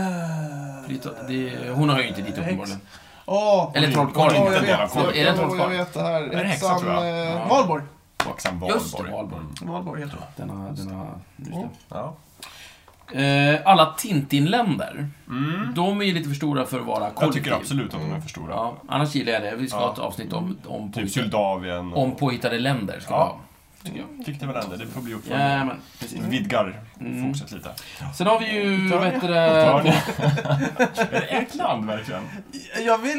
S2: Det- det- Hon har ju inte dit
S1: Häx-
S2: uppenbarligen.
S1: Åh,
S2: Eller
S3: Oj,
S2: trollkarlen.
S3: oj,
S1: jag
S3: en del av
S1: vet.
S3: korven.
S2: Är det en
S1: Jo, Jag
S2: trollkarl?
S1: vet det här.
S3: det är häxan, tror jag.
S1: eh,
S2: Ja.
S1: Valborg.
S3: Vaxan
S2: Just det,
S3: Valborg. Mm.
S2: Valborg.
S1: Valborg heter hon.
S2: Denna, denna, just det.
S3: Ja.
S2: Eh, alla Tintinländer, de är ju lite för stora för att vara kollektiv. Mm.
S3: Jag tycker absolut att de är för stora.
S2: Ja, annars gillar jag det. Vi ska
S3: Ja.
S2: ha ett avsnitt om, om,
S3: Typ
S2: påhittade,
S3: Syldavien och
S2: om påhittade länder. Ska
S3: Ja.
S2: vi ha, tycker jag.
S3: fiktiva länder. Det får bli uppföljning.
S2: Ja, men, precis.
S3: Vidgar
S2: Mm.
S3: fokuset lite.
S2: Sen har vi ju,
S1: Tar
S2: vad
S1: jag?
S2: heter
S3: Tar ni- är
S2: det?
S3: det ett land verkligen?
S1: Jag vill,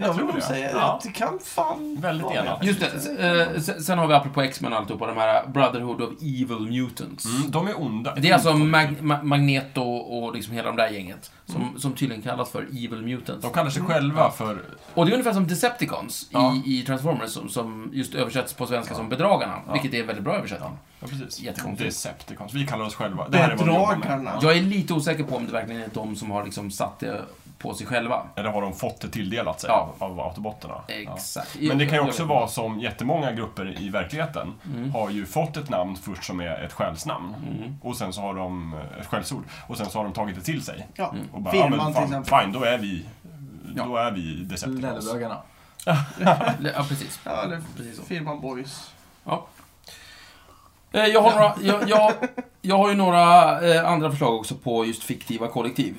S1: jag
S3: Jag
S1: vill
S3: tror
S1: nog
S3: det.
S1: säga
S3: Ja.
S1: att det kan fan
S3: Väldigt
S1: vara
S3: enat.
S2: Just det, eh, sen- sen har vi apropå X-Men och alltihopa, de här Brotherhood of Evil Mutants.
S3: Mm, de är onda. Mm.
S2: Det är alltså Mag- Ma- Magneto och liksom hela de där gänget, som, som tydligen kallas för Evil Mutants.
S3: Mm. De kallar sig själva för...
S2: Och det är ungefär som Decepticons
S3: Ja.
S2: i, i Transformers, som, som just översätts på svenska som Bedragarna, vilket är en väldigt bra översättning.
S3: Ja, precis.
S2: Jättekonstigt.
S3: Decepticons. Vi kallar oss själva... Det här är vad vi jobbar med.
S1: Bedragarna.
S2: Jag är lite osäker på om det verkligen är de som har liksom satt det på sig själva.
S3: Eller har de fått det tilldelat sig
S2: Ja.
S3: av autobotterna? Ja.
S2: Exakt.
S3: Men det kan ju
S2: Jag-
S3: också
S2: jag-
S3: vara som jättemånga grupper i verkligheten
S2: Mm.
S3: har ju fått ett namn först som är ett skällsnamn och sen så har de eh, ett skällsord och sen så har de tagit det till sig.
S1: Ja.
S3: Mm. Och bara, ja,
S1: Firman
S3: men
S1: till
S3: fan,
S1: exempel.
S3: fine, då är vi, då är vi Decepticons.
S4: Läderbögarna.
S2: Ja, precis.
S1: Ja, eller
S2: Precis så.
S1: Firman Boys.
S2: Ja. Eh, Jag har några... Jag, jag, Jag har ju några eh, andra förslag också på just fiktiva kollektiv.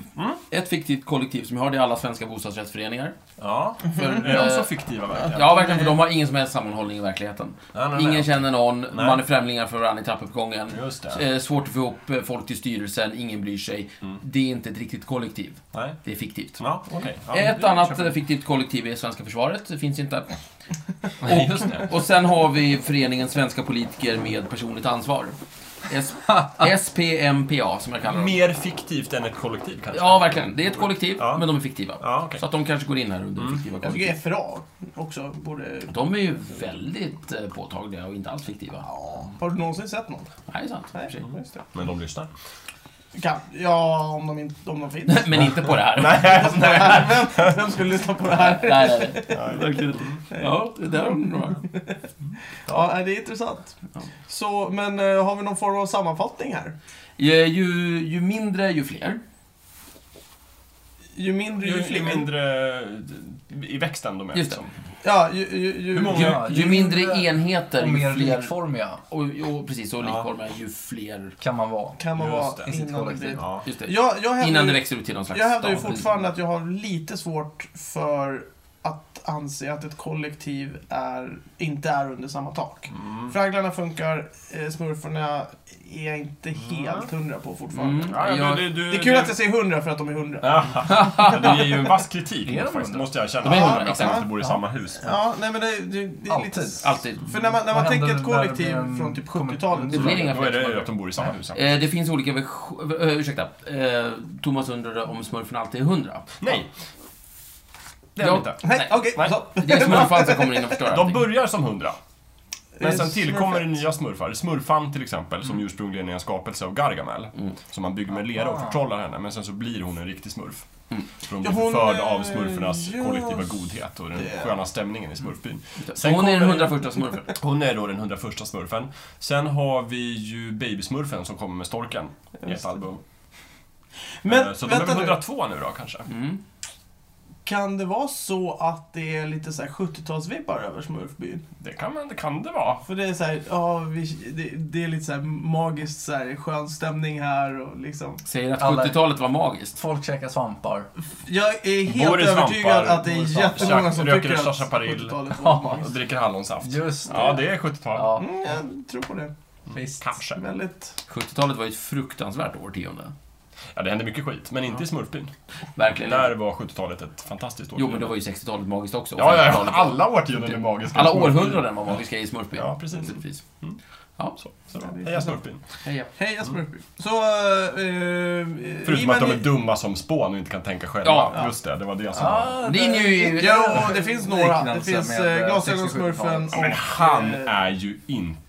S2: Ett fiktivt kollektiv som jag har, det är alla svenska bostadsrättsföreningar.
S3: Ja.
S2: För,
S3: Är de
S2: eh,
S3: så fiktiva verkligen?
S2: Ja, verkligen, för de har ingen som helst sammanhållning i verkligheten.
S3: Nej, nej, nej.
S2: Ingen känner någon,
S3: Nej.
S2: man är främlingar för varandra i trappuppgången.
S3: Just det.
S2: Eh, Svårt att få ihop eh, folk till styrelsen, ingen bryr sig. Det är inte ett riktigt kollektiv,
S3: Nej.
S2: det är fiktivt.
S3: Ja, okej. Ja,
S2: Ett
S3: det-
S2: annat
S3: köper jag.
S2: fiktivt kollektiv är svenska försvaret, det finns inte.
S3: Nej, just det.
S2: Och sen har vi föreningen Svenska politiker med personligt ansvar. S- SPMPA, som jag kallar dem.
S3: Mer fiktivt än ett kollektiv kanske?
S2: Ja, verkligen. Det är ett kollektiv,
S3: Ja.
S2: men de är fiktiva.
S3: Ja, okej.
S2: Så att de kanske går in här under fiktiva
S1: Jag
S2: kollektiv.
S1: tycker FRA också borde...
S2: De är ju väldigt eh, påtagliga och inte alls fiktiva.
S1: Ja. Har du någonsin sett någon?
S2: Nej, det är sant. i och för sig.
S1: Nej, just det.
S3: Men de lyssnar.
S1: Kan, ja, om de, inte, om de finns.
S2: Men inte på det här. Nej,
S1: Nej, vem, vem skulle lyssna på det här?
S2: nej, nej. Ja, det där har du några.
S1: Ja, nej, det är intressant. Så, men eh, har vi någon form av sammanfattning här?
S2: Eh, Ju, ju mindre, ju fler.
S1: Ju mindre, ju,
S3: Ju, ju
S1: fler.
S3: mindre eh, i växten de är.
S2: Just det.
S1: Ja, ju, ju, ju,
S3: Hur många?
S2: Ju,
S4: Ja,
S2: ju
S4: ju
S2: mindre
S4: mindre
S2: enheter,
S4: Och
S2: ju
S4: mer
S2: fler...
S4: likformiga
S2: Och, och precis, och
S3: Ja.
S2: likformiga, ju fler...
S4: kan man vara.
S1: kan man
S3: Just
S1: vara
S3: det.
S4: I sitt
S1: innan det
S4: kollektiv.
S1: blir...
S3: Ja.
S2: Just det.
S1: Jag, jag hävdar
S2: Innan
S1: ju-
S2: det växer ut till någon slags
S1: Jag hävdar ju
S2: stad.
S1: fortfarande att jag har lite svårt för att anse att ett kollektiv är, inte är under samma tak.
S3: Mm.
S1: Fragglarna funkar, eh, smurfarna är jag inte
S3: Mm.
S1: helt hundra på fortfarande.
S2: Mm.
S3: Ja,
S2: Jag-
S3: du, du,
S1: Det är kul att jag säger hundra för att de är hundra.
S3: Ja, det är ju en vass kritik
S4: Det är de
S3: faktiskt, det
S4: hundra.
S3: måste jag
S2: De
S3: erkänna.
S2: är hundra,
S3: Att
S2: exakt.
S3: de inte bor i samma hus.
S1: Ja, nej men det, det, det är lite...
S4: Alltid.
S2: Alltid.
S1: För när man, när man
S4: Vad
S1: tänker
S4: händer
S1: ett
S4: när det
S1: kollektiv
S4: blir en-
S1: från typ
S4: kommer-
S3: Mm.
S1: 70-talet.
S2: Det
S1: så-
S2: blir inga
S3: Då är det ju
S2: fler
S3: att de bor i samma hus. ja.
S2: Eh, Det finns olika versioner... eh, Ursäkta. Eh, Thomas undrade om smurfen alltid är hundra.
S3: Nej, det är de
S2: Ja.
S3: inte.
S1: Nej, okej.
S3: Nej.
S1: så.
S2: Det är smurfan som kommer in och
S3: De
S2: förstör allting.
S3: börjar som hundra. Men sen
S1: Smurfette.
S3: tillkommer det nya smurfar. Smurfan till exempel,
S1: Mm.
S3: som ju ursprungligen är en skapelse av Gargamel. Som man bygger med lera och förtrollar henne, men sen så blir hon en riktig smurf. För hon blir
S1: Ah. Mm. Ja, hon
S3: förförd
S1: är-
S3: av smurfernas
S1: just Mm.
S3: kollektiva godhet och den sköna stämningen i smurfbyn.
S2: Så hon är den
S3: kommer-
S2: hundraförsta smurfen.
S3: Hon är då den 101 smurfen. Sen har vi ju Babysmurfen som kommer med storken i ett album. Eh,
S1: Men
S3: så de är
S1: vänta
S3: väl
S1: nu,
S3: 102 nu då kanske?
S2: Mm.
S1: kan det vara så att det är lite så här 70-talsvibbar över smurfbyn?
S3: Det kan, man, det kan det vara.
S1: För det är så här, ja, vi, det, det är lite så här magiskt så här, skön stämning här och liksom.
S2: Säger att
S4: Alla-
S2: 70-talet var magiskt.
S4: Folk käkar svampar.
S1: Jag är helt
S3: Bor i
S1: övertygad
S3: svampar,
S1: att det
S4: bor i
S1: är
S4: svampar.
S1: jättemånga som
S3: Röker
S1: tycker
S3: en
S1: att
S3: Sacha Paril.
S1: 70-talet var
S3: Och
S1: magiskt.
S3: dricker hallonsaft.
S4: Just det.
S3: Ja, det är 70-tal.
S4: Ja,
S1: Mm, jag tror på det.
S4: visst.
S3: Kanske.
S1: Väldigt.
S2: 70-talet var ju ett fruktansvärt årtionde.
S3: Ja, det hände mycket skit, men inte i smurfbyn.
S2: Verkligen.
S3: Där var 70-talet ett fantastiskt år.
S2: Jo, men då var ju 60-talet magiskt också. och
S3: Ja, ja, ja,
S2: 50-talet.
S3: alla årtionden är magiska.
S2: Alla
S3: i Smurfbyn.
S2: århundraden var magiska i Smurfbyn.
S3: Ja, precis.
S2: Naturligtvis.
S3: Mm.
S2: Ja,
S3: Så, så bra.
S1: Ja, det är
S3: Heja
S1: sant.
S3: Smurfbyn.
S2: hej.
S1: Hej, jag smurfby. Så... eh, eh,
S3: Mm. Förutom
S1: Iman
S3: att de
S1: i-
S3: är dumma som spån och inte kan tänka själva.
S2: Ja.
S3: Just det, det var det som var...
S4: Ah,
S2: Det är ju...
S1: Ja, det finns några. Det
S4: Liknelse
S1: finns
S4: med,
S1: eh,
S4: eh,
S1: Glasögonsmurfen
S4: 60-70-talet.
S1: och...
S3: Men han
S1: eh,
S3: är ju inte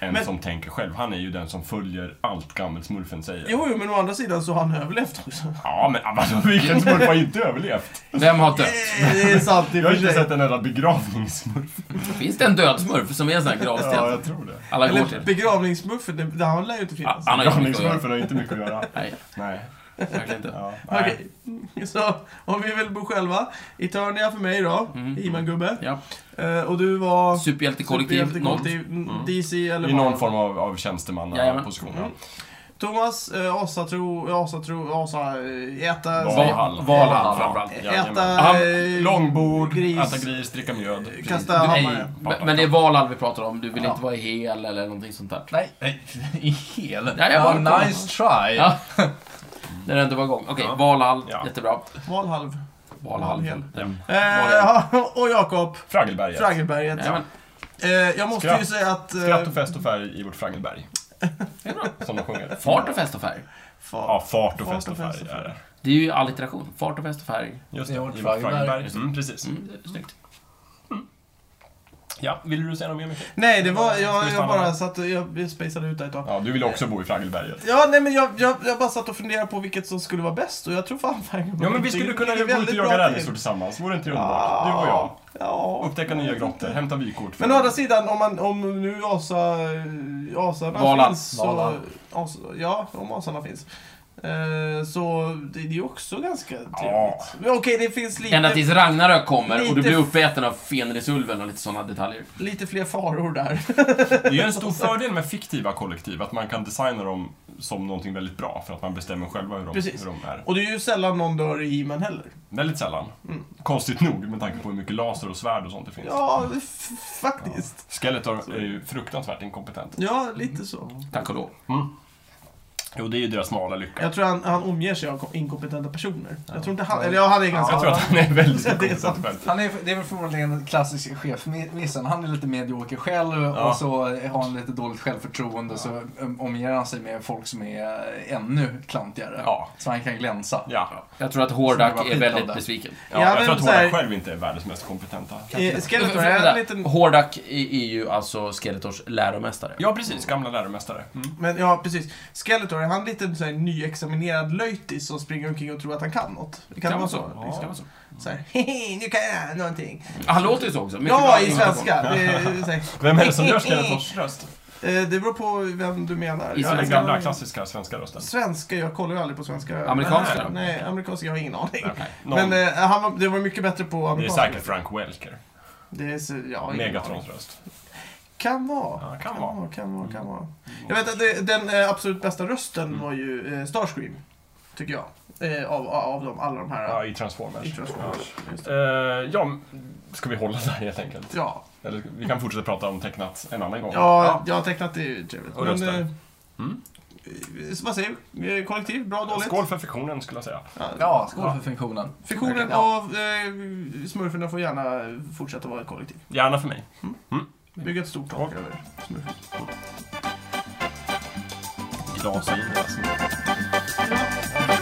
S3: en
S1: Men-
S3: som tänker själv. Han är ju den som följer allt gammelsmurfen säger.
S1: Jo, jo, men å andra sidan så har han överlevt också.
S3: Ja, men alltså, vilken smurf har inte överlevt?
S2: Vem har dött?
S1: Eh, Det är sant. Det är
S3: Jag har
S1: för
S3: inte
S1: sig.
S3: sett en enda begravningssmurf.
S2: Finns det en död smurf som är en sån här
S3: Ja,
S2: gravsten?
S3: jag tror det.
S2: Alla går
S1: Eller
S2: till.
S1: begravningssmurfen, det- det- han lär ju inte
S2: Ja,
S1: finnas.
S3: Ah,
S2: Han har ju mycket att göra.
S3: Begravningssmurfen har inte mycket att göra.
S2: Nej,
S3: Nej.
S2: verkligen inte.
S3: Ja, nej.
S1: Okej, så om vi vill bo själva. Eternia för mig då,
S2: Mm.
S1: Iman-gubbe.
S2: Ja.
S1: Eh, Och du var...
S2: Superhjältekollektiv, noll.
S1: Superhjältekollektiv, mm. DC eller
S3: I
S1: vad?
S3: någon form av, av
S2: Jajamän.
S3: tjänstemannaposition. Ja.
S1: Thomas, eh, Asatro, Asatro, Asa... eh, Äta...
S3: Valhall.
S2: Valhall
S3: framförallt.
S2: framförallt.
S3: Jajamän.
S1: Äta...
S3: Han-
S1: eh,
S3: Långbord,
S1: gris.
S3: äta gris, dricka mjöd. Precis.
S1: Kasta
S2: Du, nej,
S1: hammare.
S2: men- men det är Valhall vi pratar om. Du vill inte vara hel eller någonting sånt där.
S4: Nej, i hel.
S2: Ja, jag bara kollar.
S4: nice try.
S2: Ja. När det ändå var igång. Okej,
S3: Ja.
S2: Valhall.
S3: Ja.
S2: Jättebra.
S1: Valhalv.
S2: Valhall.
S1: Valhall.
S2: Mm.
S1: Eh, och Jakob,
S3: Fraggelberget.
S1: Fraggelberget.
S2: Jajamän.
S1: Eh, jag måste ju
S3: Skratt.
S1: säga att... eh,
S3: Skratt och fest och färg i vårt Fraggelberg. Som de sjunger.
S2: Fart och fest och färg.
S3: Ja,
S1: Fan.
S3: fart och fest och färg är det.
S2: Det är ju allitteration. Fart och fest och färg.
S3: Just det,
S4: I
S3: i
S4: vårt
S3: vårt
S4: Fraggelberg.
S3: Fraggelberg. Mm, precis.
S2: Mm, det är snyggt.
S3: Ja, ville du säga något mer Micke?
S1: Nej, det var...
S3: Ska
S1: Jag,
S3: vi
S1: jag
S3: stanna
S1: bara
S3: där?
S1: satt och... Jag jag spejsade ut där ett tag.
S3: Ja, du ville också bo i Fraggelberget.
S1: Ja, nej men jag, jag, jag bara satt och funderade på vilket som skulle vara bäst och jag tror fan Fraggelberget.
S3: Ja, men vi skulle kunna
S1: är
S3: gå ut
S1: väldigt
S3: och
S1: bra
S3: jaga rädisor
S1: till.
S3: tillsammans. Vore inte det underbart?
S1: Ja.
S3: Du och jag.
S1: Ah, Ja.
S3: Upptäcka nya grottor, hämta vykort. för-
S1: Men å andra sidan, om, man, om nu asa, asarna
S2: Valar.
S1: finns så...
S4: Valar.
S1: As, ja, om asarna finns. Eh, så det, det är ju också ganska trevligt. Men Okej, det finns
S2: Ända
S1: lite,
S2: tills Ragnarök kommer och du
S1: Lite-
S2: blir uppäten av Fenrisulven och lite sådana detaljer.
S1: lite fler faror där.
S3: Det är ju en stor fördel med fiktiva kollektiv, att man kan designa dem som någonting väldigt bra för att man bestämmer själva hur de,
S1: Precis.
S3: hur de är.
S1: Och det är ju sällan någon dör i He-Man heller.
S3: Väldigt sällan. Konstigt nog med tanke på hur mycket laser och svärd och sånt det finns.
S1: Ja, f- faktiskt.
S3: Skeletor är ju fruktansvärt inkompetent.
S1: Ja, lite så.
S2: Tack och lov.
S3: Jo, det är ju deras smala lycka.
S1: Jag tror han, han omger sig av kom- inkompetenta personer. Jag tror inte han... Eller ja, han är ganska...
S3: Jag tror att han är väldigt
S1: Det är
S3: inkompetent
S1: sant.
S3: själv.
S4: Han är, det är väl förmodligen en klassisk chefmissen. Han är lite medioker själv och så har han lite dåligt självförtroende och så omger han sig med folk som är ännu klantigare.
S3: Ja.
S4: Så han kan glänsa.
S3: Ja.
S2: Jag tror att
S4: Så det var
S2: Hordak är
S4: skit av
S2: väldigt
S4: det.
S2: besviken.
S3: Ja,
S1: Ja,
S3: jag
S1: men
S3: tror att
S1: så här-
S3: Hordak själv inte är världens mest kompetenta.
S1: Eh, Skeletor
S2: För- för-
S1: är en
S2: vänta.
S1: liten...
S2: Hordak är är ju alltså Skeletors läromästare.
S3: Ja, precis. Gamla läromästare. Mm.
S1: Men ja, precis. Skeletor, är han lite så här, nyexaminerad löjtis som springer omkring och tror att han kan något? Det kan, vara
S2: Kan man
S1: så.
S2: så? Visst
S1: Liksom.
S2: kan man så.
S1: Så här, hehe, nu kan jag någonting.
S2: Han låter ju så också. mycket
S1: Ja,
S2: bra.
S1: i svenska. Det, är så här,
S3: Vem är det som gör Skeletors röst?
S1: eh, det beror på vem du menar.
S2: I
S3: Ja, den
S2: svenska.
S3: gamla klassiska svenska rösten.
S1: Svenska, jag kollar ju aldrig på svenska.
S2: Amerikanska då?
S1: Nej, amerikanska, jag har ingen aning.
S3: Nej, någon-
S1: Men eh, han var, det var mycket bättre på
S3: Det är
S1: amerikanska.
S3: säkert Frank Welker.
S1: Det är så, ja, ingen aning.
S3: Megatrons röst.
S1: Kan vara.
S3: Ja,
S1: Kan
S3: kan vara. Mm.
S1: vara, kan vara, kan vara. Jag vet att det, den eh, absolut bästa rösten var ju eh, Starscream. Tycker jag. Eh, av av av dem, alla de här.
S3: Ja, i Transformers.
S1: I Transformers. Just det.
S3: Ja. Eh, ja, ska vi hålla där helt enkelt?
S1: Ja,
S3: Eller vi kan fortsätta prata om tecknat en annan gång.
S1: ja, jag har tecknat det är ju trevligt.
S3: Och
S1: Men,
S3: röster.
S1: eh,
S3: Mm.
S1: eh, vad säger vi? Eh, Kollektiv, bra, dåligt?
S3: Skål för fiktionen skulle jag säga.
S4: Ja, skål för funktionen.
S1: Fiktionen
S4: Ja.
S1: av eh, smurferna får gärna fortsätta vara ett kollektiv.
S3: Gärna för mig.
S1: Bygga ett stort tak över smurfen.
S3: Idag så är det alltså.
S1: Ja.